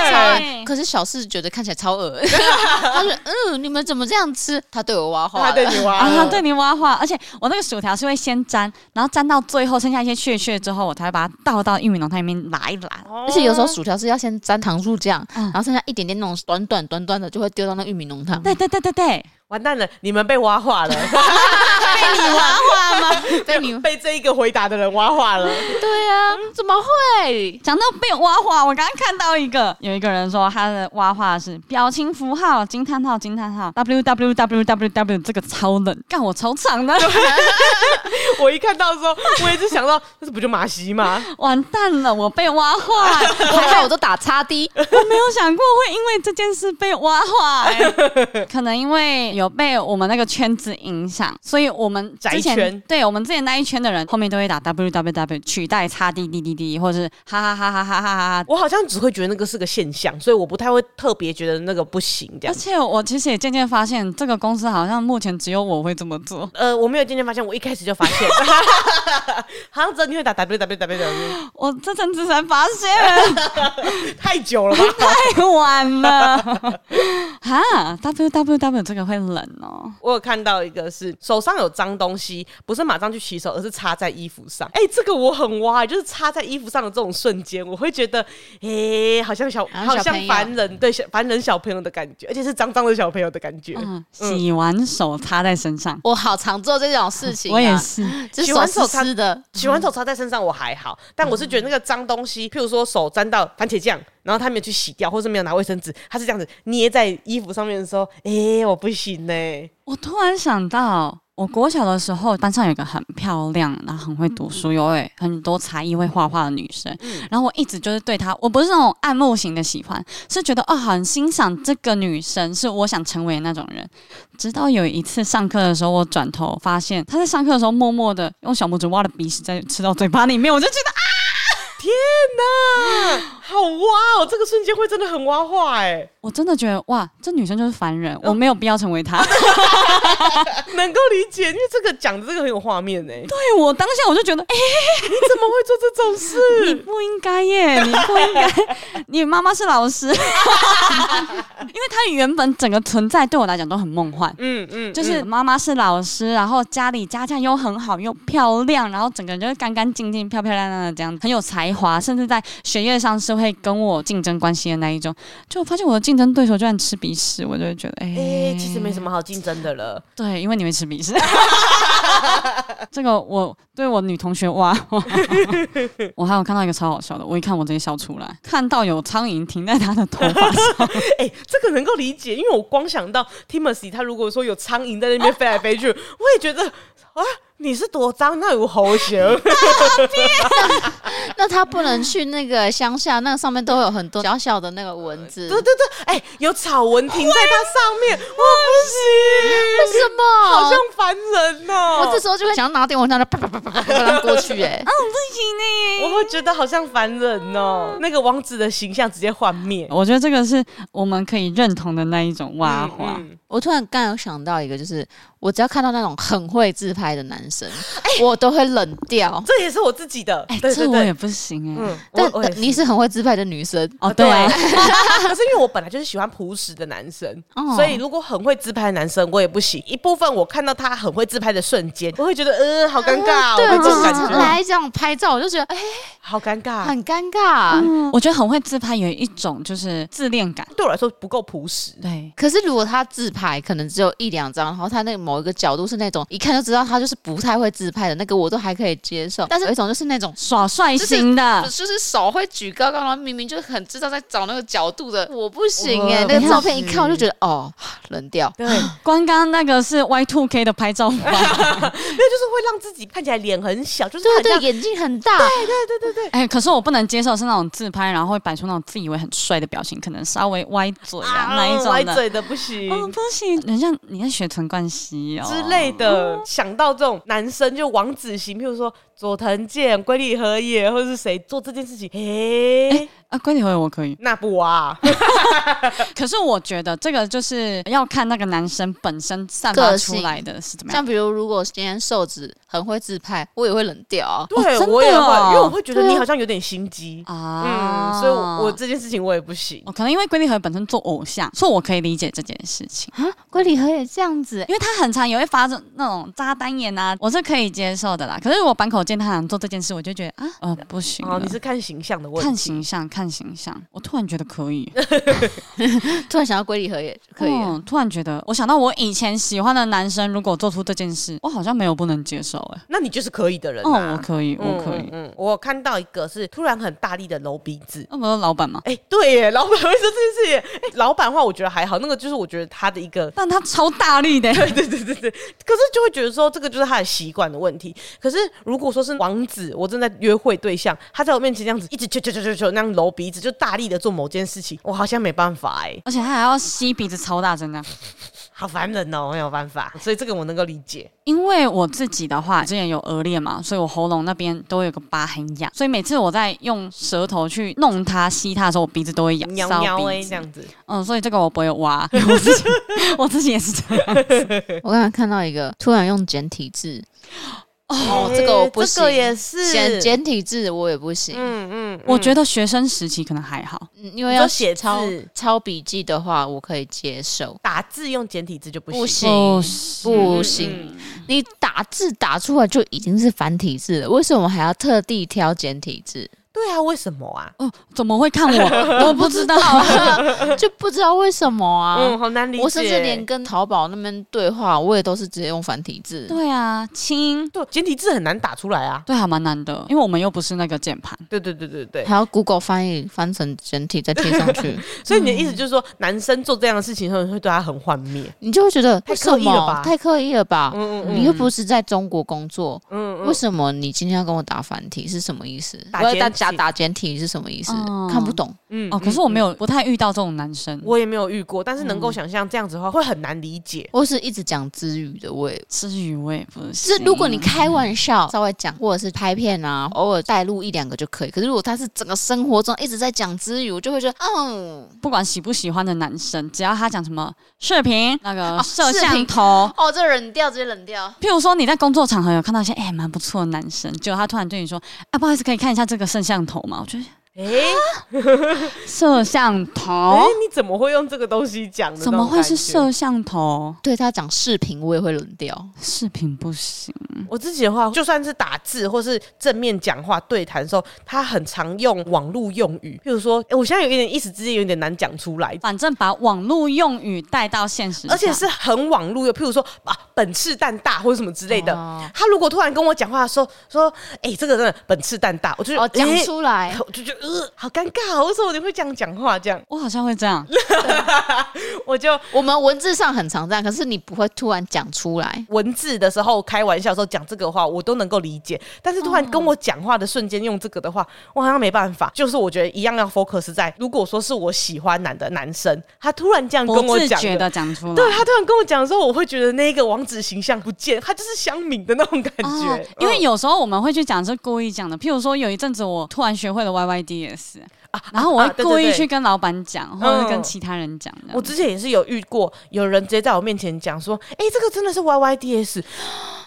Speaker 1: 爱
Speaker 3: 爱可是小四觉得看起来超 恶，他说：“嗯，你们怎么这样吃？”他对我挖话
Speaker 2: 他
Speaker 3: 了
Speaker 2: 对你挖
Speaker 1: 啊，
Speaker 2: 了，
Speaker 1: 对你挖话，而且我那个薯条是会先粘，然后粘到最后剩下一些屑屑之后，我才会把它倒到玉米浓汤里面拉一拉。
Speaker 2: 哦，
Speaker 3: 而且有时候薯条是要先沾糖醋酱，
Speaker 1: 嗯
Speaker 3: 然后剩下一点点那种短短短短的，就会丢到那玉米浓 汤。
Speaker 1: 对对对对对，
Speaker 2: 完蛋了，你们被挖化了。
Speaker 1: 被你挖话吗？
Speaker 3: 爱你。
Speaker 2: 被这一个回答的人挖化了。
Speaker 3: 对啊，怎么会？
Speaker 1: 讲到被挖话，我刚刚看到一个，有一个人说他的挖话是表情符号、惊叹号、惊叹号、w w w w w，这个超冷，干我超长 的，
Speaker 2: 我一看到的时候，我也是想到，这不就马西吗？
Speaker 1: 完蛋了，我被挖话，
Speaker 2: 嗯
Speaker 3: 还好我都打叉 D，
Speaker 1: 我没有想过会因为这件事被挖话、欸可能因为有被我们那个圈子影响，所以我们之
Speaker 2: 宅
Speaker 1: 前
Speaker 2: 圈
Speaker 1: 对我们之前那一圈的人后面都会打 w w w 取代叉 d d d d，或者是哈哈哈哈哈哈哈哈。
Speaker 2: 我好像只会觉得那个是个现象，所以我不太会特别觉得那个不行这
Speaker 1: 而
Speaker 2: 样。
Speaker 1: 且我其实也渐渐发现，这个公司好像目前只有我会这么做。
Speaker 2: 呃，我没有渐渐发现，我一开始就发现， 好像真的会打 W W W W，
Speaker 1: 我这阵子才发现，
Speaker 2: 太久了吧？
Speaker 1: 太晚了。哈，W W W 这个会冷哦。
Speaker 2: 我有看到一个是手上有脏东西，不是马上去洗手，而是插在衣服上。哎、这个我很哇，就是插在衣服上的这种瞬间，我会觉得，哎、好像小，
Speaker 3: 好像
Speaker 2: 好
Speaker 3: 小
Speaker 2: 像
Speaker 3: 朋友
Speaker 2: 凡人对小凡人小朋友的感觉，而且是脏脏的小朋友的感觉。
Speaker 1: 嗯，洗完手擦在身上，
Speaker 3: 我好常做这种事情、啊。
Speaker 1: 我也，是。
Speaker 3: 这
Speaker 2: 洗
Speaker 3: 手
Speaker 2: 完
Speaker 3: 是
Speaker 2: 手擦
Speaker 3: 湿的，
Speaker 2: 洗完手擦在身上我还好，但我是觉得
Speaker 3: 嗯
Speaker 2: 那个脏东西，譬如说手沾到番茄酱，然后他没有去洗掉，或是没有拿卫生纸，他是这样子捏在衣服上面的时候，哎、我不行呢、
Speaker 1: 我突然想到，我国小的时候，班上有一个很漂亮，然后很会读书，有诶很多才艺，会画画的女生。然后我一直就是对她，我不是那种爱慕型的喜欢，是觉得哦，很欣赏这个女生，是我想成为的那种人。直到有一次上课的时候，我转头发现她在上课的时候默默的用小拇指挖了鼻屎，再吃到嘴巴里面，我就觉得啊，
Speaker 2: 天哪，好哇哦，这个瞬间会真的很哇化哎、
Speaker 1: 我真的觉得哇，这女生就是凡人，我没有必要成为她。
Speaker 2: 能够理解，因为这个讲的这个很有画面 哎、你
Speaker 1: 对我当下我就觉得，
Speaker 2: 怎么会做这
Speaker 1: 你
Speaker 2: 种事？
Speaker 1: 不应该耶，你不应该， 你妈妈是老师， 因为她原本整个存在对我来讲都很梦幻。
Speaker 2: 嗯嗯，
Speaker 1: 就是妈妈是老师，然后家里家教又很好又漂亮，然后整个人就是干干净净、漂漂亮亮的这样，很有才华，甚至在学业上是会跟我竞争关系的那一种。就我发现我的竞争对手居然吃鼻屎，我就会觉得，哎、
Speaker 2: 哎、其实没什么好竞争的 了。
Speaker 1: 对，因为你会吃 鼻屎。这个我对我女同学哇， 我还有看到一个超好笑的，我一看我直接笑出来，看到有苍蝇停在她的 头发上，
Speaker 2: 哎、这个能够理解，因为我光想到 Timothy 他如果说有苍蝇在那边飞来 飞去，我也觉得啊，你是多脏，那有猴 行。
Speaker 3: 那他不能去那个乡下，那上面都有很多小小的那个蚊子。
Speaker 2: 嗯对对对，哎、有草蚊停在它上 面，我不
Speaker 3: 为
Speaker 2: 行，
Speaker 3: 什么？
Speaker 2: 好像凡人哦、
Speaker 3: 我这时候就会想要拿电蚊香，就啪啪啪啪啪 啪让它过去、哎，
Speaker 2: 我会觉得好像凡人 哦、那个王子的形象直接幻灭。
Speaker 1: 我觉得这个是我们可以认同的那一种哇哇。
Speaker 2: 嗯
Speaker 3: 我突然刚有想到一个，就是我只要看到那种很会自拍的男生，我都会冷掉。
Speaker 2: 这也是我自己的，
Speaker 1: 哎、
Speaker 2: 对对
Speaker 1: 这我也
Speaker 2: 对，
Speaker 1: 不行哎、
Speaker 2: 嗯，
Speaker 3: 但
Speaker 2: 我我也
Speaker 3: 但你是很会自拍的女生，
Speaker 1: 哦，对啊，
Speaker 2: 可是因为我本来就是喜欢朴实的男生，
Speaker 3: 哦
Speaker 2: 所以如果很会自拍的男生，我也不行。一部分我看到他很会自拍的瞬
Speaker 1: 哦
Speaker 2: 间，我会觉得，嗯、好尴尬，
Speaker 3: 对
Speaker 1: 啊
Speaker 2: 我会这种
Speaker 3: 我
Speaker 2: 感
Speaker 3: 常
Speaker 2: 觉，
Speaker 3: 来这样拍照，我就觉得哎、
Speaker 2: 好尴尬。
Speaker 3: 很尴尬。啊
Speaker 2: 啊
Speaker 1: 我觉得很会自拍有一种就是自恋感，
Speaker 2: 对我来说不够朴实，
Speaker 1: 对。
Speaker 3: 可是如果他自拍，可能只有一两张，然后他那某一个角度是那种一看就知道他就是不太会自拍的那个，我都还可以接受。但是有一种就是那种。
Speaker 1: 耍帅型的，
Speaker 3: 就是手会举高高，然后明明就很知道在找那个角度的，我不行
Speaker 2: 我
Speaker 3: 哎、
Speaker 2: 不
Speaker 3: 那个照片一看我就觉得哦，冷掉。
Speaker 2: 对，没有就
Speaker 1: 光刚那个是 Y two K 的拍照法，
Speaker 2: 是会让自己看起来脸很小，就是
Speaker 3: 对
Speaker 2: 很
Speaker 3: 对
Speaker 2: 像
Speaker 3: 对，眼睛很大，
Speaker 1: 哎、可是我不能接受是那种自拍，然后会摆出那种自以为很帅的表情，可能稍微歪嘴啊那一种
Speaker 2: 歪
Speaker 1: 的。
Speaker 2: 嘴的不行。
Speaker 1: 哦，不行，人家你在学陈冠希哦
Speaker 2: 之类的，想到这种男生就王子型，譬如说佐藤健、龟梨和也，或者是谁做这件事情，诶、
Speaker 1: 啊，龟梨和也我可以，
Speaker 2: 那不啊哇、
Speaker 1: 可是我觉得这个就是要看那个男生本身散发
Speaker 3: 个
Speaker 1: 出
Speaker 3: 性
Speaker 1: 来的是怎么样。
Speaker 3: 像比如如果今天瘦子很会自拍，我也会冷掉啊。
Speaker 2: 对、
Speaker 1: 真的
Speaker 2: 我也会，
Speaker 1: 哦
Speaker 2: 因为我会觉得
Speaker 3: 对啊
Speaker 2: 你好像有点心机。
Speaker 1: 啊、哦
Speaker 2: 嗯，所以我，我这件事情我也不行。
Speaker 1: 我可能因为龟梨和也本身做偶像，所以我可以理解这件事情，
Speaker 3: 啊，龟梨和也这样子、
Speaker 1: 因为他很很常也会发生那种扎单眼啊，我是可以接受的啦。可是我坂口健太郎做这件事，我就觉得啊，呃，不行了
Speaker 2: 哦，你是看形象的问题。
Speaker 1: 看形象，看形象，我突然觉得可以，
Speaker 3: 突然想要龟梨和也可以耶，
Speaker 1: 嗯突然觉得，我想到我以前喜欢的男生，如果做出这件事，我好像没有不能接受、欸，
Speaker 2: 那你就是可以的人、
Speaker 1: 哎，
Speaker 2: 啊。
Speaker 1: 哦，我可以，我可以
Speaker 2: 嗯，嗯嗯我看到一个是突然很大力的揉鼻子。
Speaker 1: 那、不是老板吗？
Speaker 2: 哎、对耶，老板会说这件事耶。哎、老板的话我觉得还好，那个就是我觉得他的一个
Speaker 1: 但他超大力的、欸，
Speaker 2: 对对对对，可是就会觉得说这个就是他的习惯的问题。可是如果说是王子，我正在约会对象，他在我面前这样子一直啾啾啾啾啾那样揉鼻子，就大力的做某件事情，我好像没办法哎、
Speaker 1: 而且他还要吸鼻子超大声这样。
Speaker 2: 好烦人哦，没有办法。所以这个我能够理解。
Speaker 1: 因为我自己的话，之前有额裂嘛，所以我喉咙那边都有个疤很痒，所以每次我在用舌头去弄它、吸它的时候，我鼻子都会痒，
Speaker 2: 喵
Speaker 1: 烧
Speaker 2: 喵哎、
Speaker 1: 鼻
Speaker 2: 这
Speaker 1: 子。
Speaker 2: 样子，
Speaker 1: 嗯，所以这个我不会挖，我自己我自己也是这样。
Speaker 3: 我刚才看到一个突然用简体字，哦
Speaker 2: 哎
Speaker 3: 这个我不
Speaker 2: 这个
Speaker 3: 行
Speaker 2: 也是
Speaker 3: 简简体字我也不行，
Speaker 2: 嗯嗯，嗯
Speaker 1: 我觉得学生时期可能还好，
Speaker 3: 嗯因为
Speaker 2: 你说
Speaker 3: 要
Speaker 2: 写
Speaker 3: 抄
Speaker 2: 字
Speaker 3: 抄笔记的话，我可以接受。
Speaker 2: 打字用简体字就不行。
Speaker 3: 不行
Speaker 1: 不
Speaker 3: 不行，你打字打出来就已经是繁体字了，为什么还要特地挑简体字？
Speaker 2: 对啊，为什么啊？
Speaker 1: 哦，怎么会看我？我不知 道。
Speaker 3: 就不知道为什么啊。
Speaker 2: 嗯，好难理解。
Speaker 3: 我甚至连跟淘宝那边对话，我也都是直接用繁体字。
Speaker 1: 对啊，亲，
Speaker 2: 对简体字很难打出来啊。
Speaker 1: 对，还蛮难的，因为我们又不是那个键盘。
Speaker 2: 对对对对对，
Speaker 3: 还要 Google 翻译翻成简体再贴 上去，
Speaker 2: 所以你的意思就是说，男生做这样的事情会会对他很幻灭。
Speaker 3: 你就会觉得
Speaker 2: 太
Speaker 3: 为
Speaker 2: 刻
Speaker 3: 什
Speaker 2: 意了吧
Speaker 3: 么太刻意了吧？
Speaker 2: 嗯
Speaker 3: 你又不是在中国工作，
Speaker 2: 嗯
Speaker 3: 为什么你今天要跟我打繁体是什么意思？
Speaker 2: 打
Speaker 3: 我要打
Speaker 2: 简
Speaker 3: 打
Speaker 2: 体
Speaker 3: 打简体是什么意思？
Speaker 1: 哦
Speaker 3: 看不懂。
Speaker 2: 嗯
Speaker 1: 哦，可是我没有不太遇到这种男生，
Speaker 2: 我也没有遇过，但是能够想象这样子的话，会很难理解。
Speaker 3: 或是一直讲之语的，我也
Speaker 1: 至于我也不
Speaker 3: 是
Speaker 1: 是。
Speaker 3: 如
Speaker 2: 嗯
Speaker 3: 果你开玩笑稍微讲，或者是拍片啊，偶尔带入一两个就可以。可是如果他是整个生活中一直在讲之语，我就会觉得，嗯，
Speaker 1: 不管喜不喜欢的男生，只要他讲什么视频、那个
Speaker 3: 哦
Speaker 1: 摄
Speaker 3: 视
Speaker 1: 像
Speaker 3: 频
Speaker 1: 头，
Speaker 3: 哦，这冷掉，直接冷掉。
Speaker 1: 譬如说你在工作场合有看到一些哎蛮、不错的男生，结果他突然对你说：“啊，不好意思，可以看一下这个摄像头吗？”我觉得
Speaker 2: 哎、
Speaker 1: 摄像
Speaker 2: 哎、
Speaker 1: 头
Speaker 2: 你怎么会用这个东西讲的？
Speaker 1: 怎么会是？摄像头？
Speaker 3: 对他讲视频，我也会冷掉。
Speaker 1: 视频不行，
Speaker 2: 我自己的话，就算是打字或是正面讲话对谈的时候，他很常用网络用语，譬如说，哎、我现在有一点一时之间有点难讲出来，
Speaker 1: 反正把网络用语带到现实上，
Speaker 2: 而且是很网络的，譬如说啊，本次蛋大或者什么之类的。
Speaker 3: 哦
Speaker 2: 他如果突然跟我讲话说说，哎、这个真的本次蛋大，我就
Speaker 3: 哦，讲
Speaker 2: 诶
Speaker 3: 出来。
Speaker 2: 我就觉得呃，好尴尬哦，为什么你会这样讲话？这样，
Speaker 1: 我好像会这样，
Speaker 2: 我就
Speaker 3: 我们文字上很常这样，可是你不会突然讲出来。
Speaker 2: 文字的时候开玩笑的时候讲这个话，我都能够理解。但是突然跟我讲话的瞬间用这个的话，我好像没办法。就是我觉得一样要 focus 在，如果说是我喜欢男的男生，他突然这样跟
Speaker 1: 不
Speaker 2: 我
Speaker 1: 自
Speaker 2: 讲
Speaker 1: 觉
Speaker 2: 的。
Speaker 1: 的讲出来。
Speaker 2: 对他突然跟我讲的时候，我会觉得那个王子形象不见，他就是乡民的那种感觉。
Speaker 1: 哦，因为
Speaker 2: 嗯
Speaker 1: 有时候我们会去讲是故意讲的，譬如说有一阵子我突然学会了 YYDS，、然后我
Speaker 2: 啊
Speaker 1: 会
Speaker 2: 对对
Speaker 1: 故意
Speaker 2: 对
Speaker 1: 去跟老板讲，或者是
Speaker 2: 嗯
Speaker 1: 跟其他人讲的。
Speaker 2: 我之前也是有遇过，有人直接在我面前讲说：“哎、这个真的是 YYDS。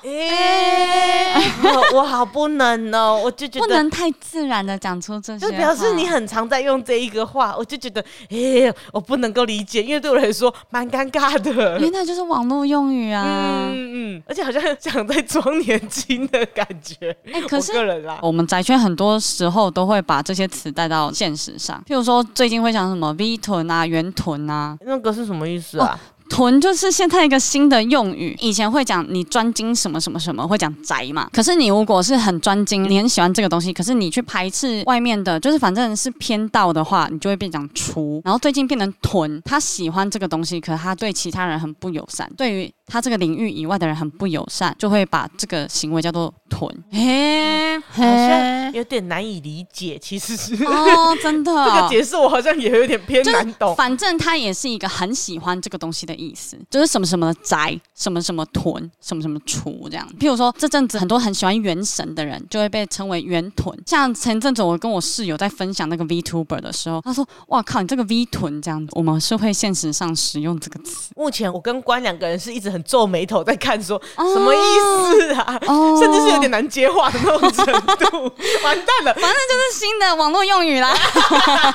Speaker 2: 哎，我我好不能哦，我就觉
Speaker 1: 不
Speaker 2: 得
Speaker 1: 能太自然的讲出这些
Speaker 2: 就
Speaker 1: 话，
Speaker 2: 表示你很常在用这一个话，我就觉得，哎、我不能够理解，因为对我来说蛮尴尬的
Speaker 1: 因。为那就是网络用语啊。
Speaker 2: 嗯嗯，而且好像想在装年轻的感觉。
Speaker 1: 哎、可
Speaker 2: 我个
Speaker 1: 是。
Speaker 2: 人啦，
Speaker 1: 我们宅圈很多时候都会把这些词带到现实上，譬如说最近会讲什么 V 臀啊、圆臀啊，
Speaker 2: 那个是什么意思啊？
Speaker 1: 臀就是现在一个新的用语。以前会讲你专精什么什么什么，会讲宅嘛。可是你如果是很专精，你很喜欢这个东西，可是你去排斥外面的，就是反正是偏道的话，你就会变成厨。然后最近变成臀，他喜欢这个东西，可是他对其他人很不友善，对于他这个领域以外的人很不友善，就会把这个行为叫做臀。嘿，
Speaker 3: 嘿
Speaker 2: 好像有点难以理解，其实是、
Speaker 1: 哦，真
Speaker 2: 这个
Speaker 1: 的。
Speaker 2: 解释，我好像也有点偏
Speaker 1: 就是
Speaker 2: 难懂。
Speaker 1: 反正他也是一个很喜欢这个东西的意思，就是什么什么宅，什么什么屯，什么什么厨这样。譬如说这阵子很多很喜欢原神的人，就会被称为原屯。像前阵子我跟我室友在分享那个 VTuber 的时候，他说：“哇靠，你这个 V 屯这样子，我们是会现实上使用这个词，
Speaker 2: 目前我跟关两个人是一直很皱眉头在看说，
Speaker 1: 哦
Speaker 2: 什么意思啊？
Speaker 1: 哦
Speaker 2: 甚至是有点难接话的那种程度， 完蛋了。
Speaker 1: 反正就是新的网络用语啦。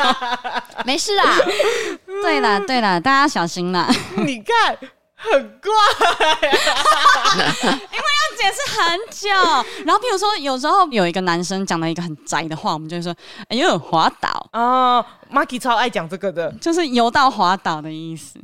Speaker 3: 没事啦，
Speaker 1: 对啦对啦，大家小心啦。
Speaker 2: 你看，很怪。
Speaker 1: 解释很久。 然后，譬如说，有时候有一个男生讲了一个很宅的话，我们就会说：“哎呦，滑倒，
Speaker 2: 哦 m a k i 超爱讲这个的。
Speaker 1: 就是游到滑倒的意思。”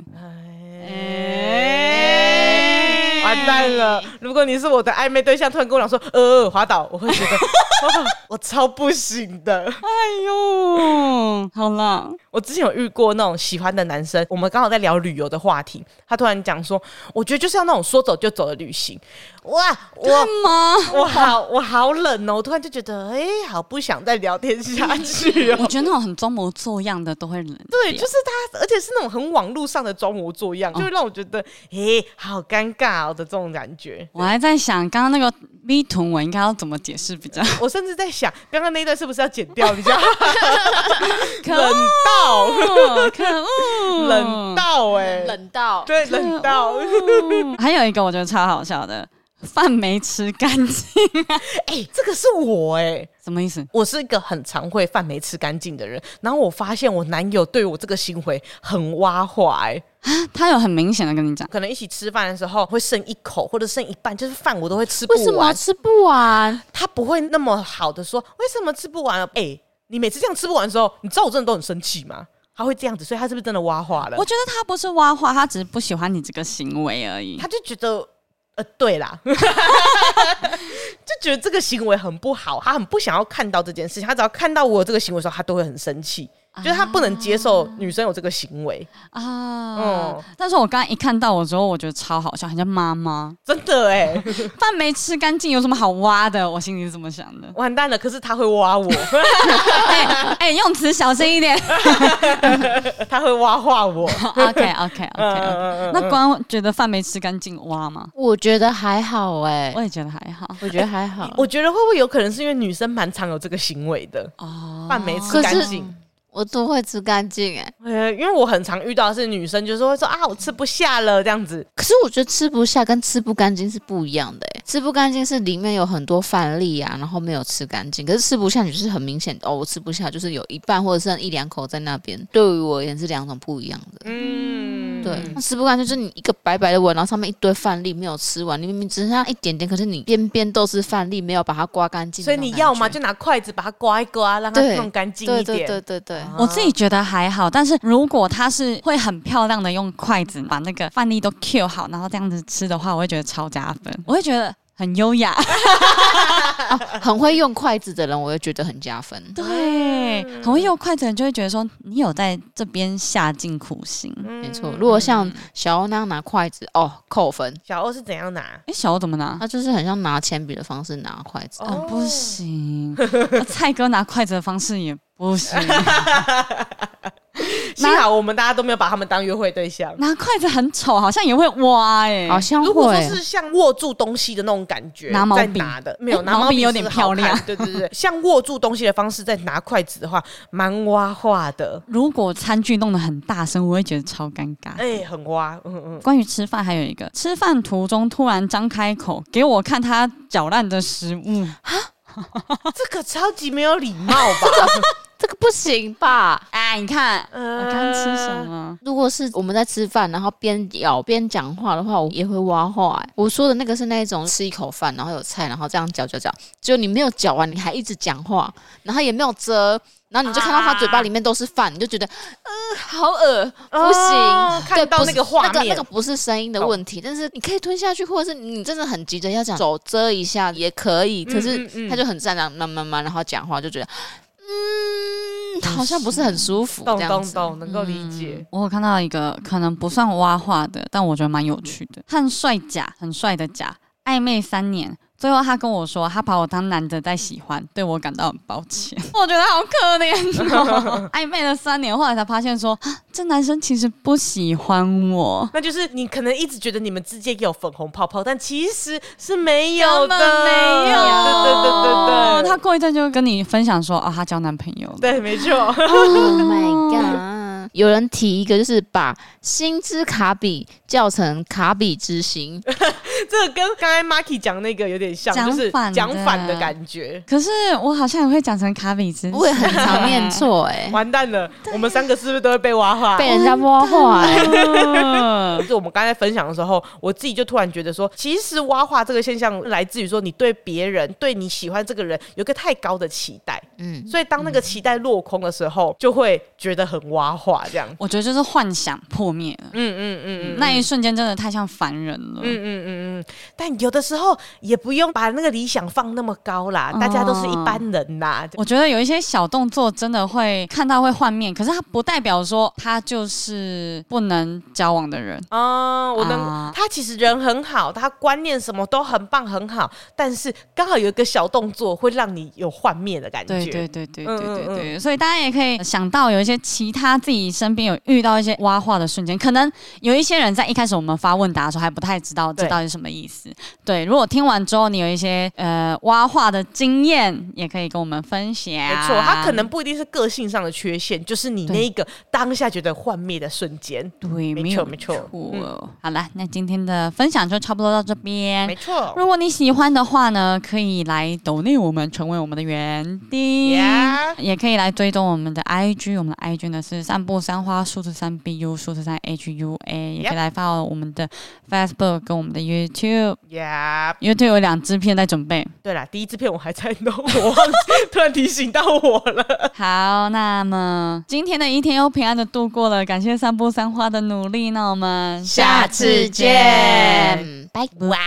Speaker 2: 哎，完蛋了！ 如果你是我的暧昧对象，突然跟我讲说“呃，滑倒”，我会觉得 哇我超不行的。
Speaker 1: 哎呦，好了，
Speaker 2: 我之前有遇过那种喜欢的男生，我们刚好在聊旅游的话题，他突然讲说：“我觉得就是要那种说走就走的旅行。”哇，我。
Speaker 1: 干嘛？
Speaker 2: 我好，我好冷哦！我突然就觉得，哎、好不想再聊天下去 哦
Speaker 1: 我。觉得那种很装模作样的都会冷。
Speaker 2: 对，就是他，而且是那种很网络上的装模作样，就会让我觉得，诶、好尴尬哦的这种感觉。
Speaker 1: 我还在想，刚刚那个 V 图我应该要怎么解释比较
Speaker 2: 我甚至在想，刚刚那一段是不是要剪掉？比较
Speaker 1: 可
Speaker 2: 冷到，
Speaker 1: 恶？可恶，
Speaker 2: 冷到哎、
Speaker 3: 冷到
Speaker 2: 对，冷到。哎、
Speaker 1: 嗯还有一个我觉得超好笑的，饭没吃干净，
Speaker 2: 这个是我哎、
Speaker 1: 什么意思？
Speaker 2: 我是一个很常会饭没吃干净的人，然后我发现我男友对我这个行为很挖话哎、
Speaker 1: 他有很明显的跟你讲，
Speaker 2: 可能一起吃饭的时候会剩一口或者剩一半，就是饭我都会吃不
Speaker 3: 为什么
Speaker 2: 完。
Speaker 3: 吃不完？
Speaker 2: 他不会那么好的说为什么吃不完了？哎、你每次这样吃不完的时候，你知道我真的都很生气吗？他会这样子，所以他是不是真的挖话了
Speaker 1: 我？觉得他不是挖话，他只是不喜欢你这个行为而已
Speaker 2: 他。就觉得。呃，对啦， 就觉得这个行为很不好，他很不想要看到这件事情。他只要看到我有这个行为的时候，他都会很生气，
Speaker 3: 啊
Speaker 2: 就是他不能接受女生有这个行为，
Speaker 1: 啊，
Speaker 2: 嗯
Speaker 1: 但是我刚刚一看到我之后，我觉得超好笑，很像妈妈，
Speaker 2: 真的哎、。
Speaker 1: 饭没吃干净有什么好挖的？我心里是这么想的
Speaker 2: 完蛋了。可是他会挖我，
Speaker 1: 哎哎，用词小心一点。
Speaker 2: 他会挖化我。
Speaker 1: OK OK
Speaker 2: 嗯
Speaker 1: OK。
Speaker 2: 嗯嗯
Speaker 1: 那光觉得饭没吃干净挖吗？
Speaker 3: 我觉得还好哎、
Speaker 1: 我也觉得还好。
Speaker 3: 我觉得还好。
Speaker 2: 我觉得会不会有可能是因为女生蛮常有这个行为的，
Speaker 1: 哦，
Speaker 2: 饭没吃
Speaker 3: 可是
Speaker 2: 干净。
Speaker 3: 我都会吃干净哎，
Speaker 2: 呃，因为我很常遇到的是女生，就是会说啊，我吃不下了这样子。
Speaker 3: 可是我觉得吃不下跟吃不干净是不一样的哎、吃不干净是里面有很多饭粒啊，然后没有吃干净。可是吃不下，你就是很明显哦，我吃不下，就是有一半或者剩一两口在那边。对于我而言是两种不一样的。
Speaker 2: 嗯，
Speaker 3: 对，那吃不干净就是你一个白白的碗，然后上面一堆饭粒没有吃完，你明明只剩下一点点，可是你边边都是饭粒，没有把它刮干净
Speaker 2: 所
Speaker 3: 的
Speaker 2: 以
Speaker 3: 那种感
Speaker 2: 你
Speaker 3: 觉。
Speaker 2: 要嘛就拿筷子把它刮一刮，让它
Speaker 3: 对
Speaker 2: 弄干净
Speaker 3: 对
Speaker 2: 一点。
Speaker 3: 对对对对，
Speaker 1: 我自己觉得还好，但是如果他是会很漂亮的用筷子把那个饭粒都 Q 好，然后这样子吃的话，我会觉得超加分，我会觉得很优雅。
Speaker 2: 嗯
Speaker 3: 啊很会用筷子的人，我也觉得很加分。
Speaker 1: 对，很会用筷子的人就会觉得说你有在这边下尽苦心。
Speaker 2: 嗯
Speaker 3: 没错，如果像小欧那样拿筷子，哦，扣分。
Speaker 2: 小欧是怎样拿？
Speaker 1: 哎，小欧怎么拿？
Speaker 3: 他就是很像拿铅笔的方式拿筷子，
Speaker 1: 哦，不行，那蔡哥拿筷子的方式也不 行，
Speaker 2: 幸好我们大家都没有把他们当约会对象。
Speaker 1: 拿筷子很丑，好像也会挖哎、
Speaker 3: 好像
Speaker 2: 如果说
Speaker 3: 会
Speaker 2: 是像握住东西的那种感觉，
Speaker 1: 拿毛
Speaker 2: 在
Speaker 1: 笔
Speaker 2: 拿的没有
Speaker 1: 哎
Speaker 2: 拿
Speaker 1: 毛
Speaker 2: 毛
Speaker 1: 笔有
Speaker 2: 是
Speaker 1: 点
Speaker 2: 好
Speaker 1: 漂
Speaker 2: 看
Speaker 1: 亮
Speaker 2: 对对对，像握住东西的方式在拿筷子的话，蛮挖话 的，
Speaker 1: 如果餐具弄得很大声，我会觉得超尴尬。
Speaker 2: 哎，很挖，嗯嗯，
Speaker 1: 关于吃饭还有一个，吃饭途中突然张开口给我看他嚼烂的食物，
Speaker 2: 这个超级没有礼貌 吧？
Speaker 3: 这个不行吧？
Speaker 1: 哎，你看我
Speaker 2: 呃
Speaker 1: 刚刚吃什？么？
Speaker 3: 如果是我们在吃饭，然后边咬边讲话的话，我也会挖话、欸。我说的那个是那一种吃一口饭，然后有菜，然后这样嚼嚼嚼，就你没有嚼完，你还一直讲话，然后也没有遮，然后你就看到他嘴巴里面都是饭，你就觉得，嗯、好恶，不行。
Speaker 2: 哦
Speaker 3: 对
Speaker 2: 看到
Speaker 3: 不
Speaker 2: 那
Speaker 3: 是
Speaker 2: 个画
Speaker 3: 那个那
Speaker 2: 面
Speaker 3: 个，不是声音的问题，但是你可以吞下去，或者是你真的很急着要讲，手遮一下也可以。可
Speaker 2: 嗯嗯
Speaker 3: 是
Speaker 2: 嗯
Speaker 3: 他就很善良，慢慢慢，然后讲话就觉得，嗯，好像不是很舒服，
Speaker 2: 懂
Speaker 3: 这样
Speaker 2: 懂
Speaker 3: 子。
Speaker 2: 懂，能够理解。
Speaker 1: 嗯我有看到一个可能不算挖话的，但我觉得蛮有趣
Speaker 2: 嗯
Speaker 1: 的。和帅甲很帅的甲暧昧三年，最后他跟我说他把我当男的在喜欢，对我感到很抱 歉。我觉得好可怜哦，暧昧了三年，后来才发现说 啊这男生其实不喜欢我。
Speaker 2: 那就是你可能一直觉得你们之间有粉红泡泡，但其实是没有
Speaker 1: 根
Speaker 2: 的，
Speaker 1: 本没有，哦
Speaker 2: 对对对对对，
Speaker 1: 他哦 过一阵就跟你分享说啊，他交男朋友了。
Speaker 2: 对没错，
Speaker 3: Oh my god！有人提一个，就是把星之卡比叫成卡比之 星，
Speaker 2: 这个跟刚才 Marky 讲那个有点像，
Speaker 1: 讲
Speaker 2: 就是
Speaker 1: 反的
Speaker 2: 讲反的感觉。
Speaker 1: 可是我好像也会讲成卡比之，
Speaker 3: 我也很常念错哎、
Speaker 2: 完蛋了，我们三个是不是都会被挖化？
Speaker 3: 被人家挖话、欸。
Speaker 1: 嗯。
Speaker 2: 就是我们刚才分享的时候，我自己就突然觉得说，其实挖话这个现象来自于说，你对别人、对你喜欢这个人有一个太高的期待，
Speaker 3: 嗯，
Speaker 2: 所以当那个期待落空的时候，就会觉得很挖话这样。
Speaker 1: 我觉得就是幻想破灭了，
Speaker 2: 嗯嗯嗯嗯，
Speaker 1: 那一瞬间真的太像凡人了。
Speaker 2: 嗯嗯嗯嗯，但有的时候也不用把那个理想放那么高啦，大家都是一般人啦。
Speaker 1: 我觉得有一些小动作真的会看到会幻灭，可是它不代表说他就是不能交往的人。
Speaker 2: 啊、我能，
Speaker 1: 啊
Speaker 2: 他其实人很好，他观念什么都很棒，很好，但是刚好有一个小动作会让你有幻灭的感觉。
Speaker 1: 对对对对对对
Speaker 2: 嗯嗯
Speaker 1: 对，所以大家也可以想到有一些其他自己身边有遇到一些挖话的瞬间，可能有一些人在一开始我们发问答的时候还不太知道这
Speaker 2: 对
Speaker 1: 到底是什么意思。对，如果听完之后你有一些呃挖话的经验，也可以跟我们分享。
Speaker 2: 没错，他可能不一定是个性上的缺陷，就是你那一个当下觉得幻灭的瞬间。
Speaker 1: 对，
Speaker 2: 没
Speaker 1: 没
Speaker 2: 错
Speaker 1: 有
Speaker 2: 没错
Speaker 1: 错好啦，那今天的分享就差不多到这边
Speaker 2: 嗯没。错，
Speaker 1: 如果你喜欢的话呢，可以来抖内我们，成为我们的园丁
Speaker 2: Yeah
Speaker 1: 也可以来追踪我们的 IG，我们的 IG 呢是散步三花数字三 BU 数字三 HUA，也可以
Speaker 2: Yep
Speaker 1: 来 follow 我们的 Facebook 跟我们的 YouTube。
Speaker 2: 呀
Speaker 1: YouTube 有两支片在准备。
Speaker 2: 对了，第一支片我还在弄，我忘记 突然提醒到我了。
Speaker 1: 好，那么今天的一天又平安的度过了，感谢散步三花的努力。那我们
Speaker 3: 下次见，拜
Speaker 2: 哇！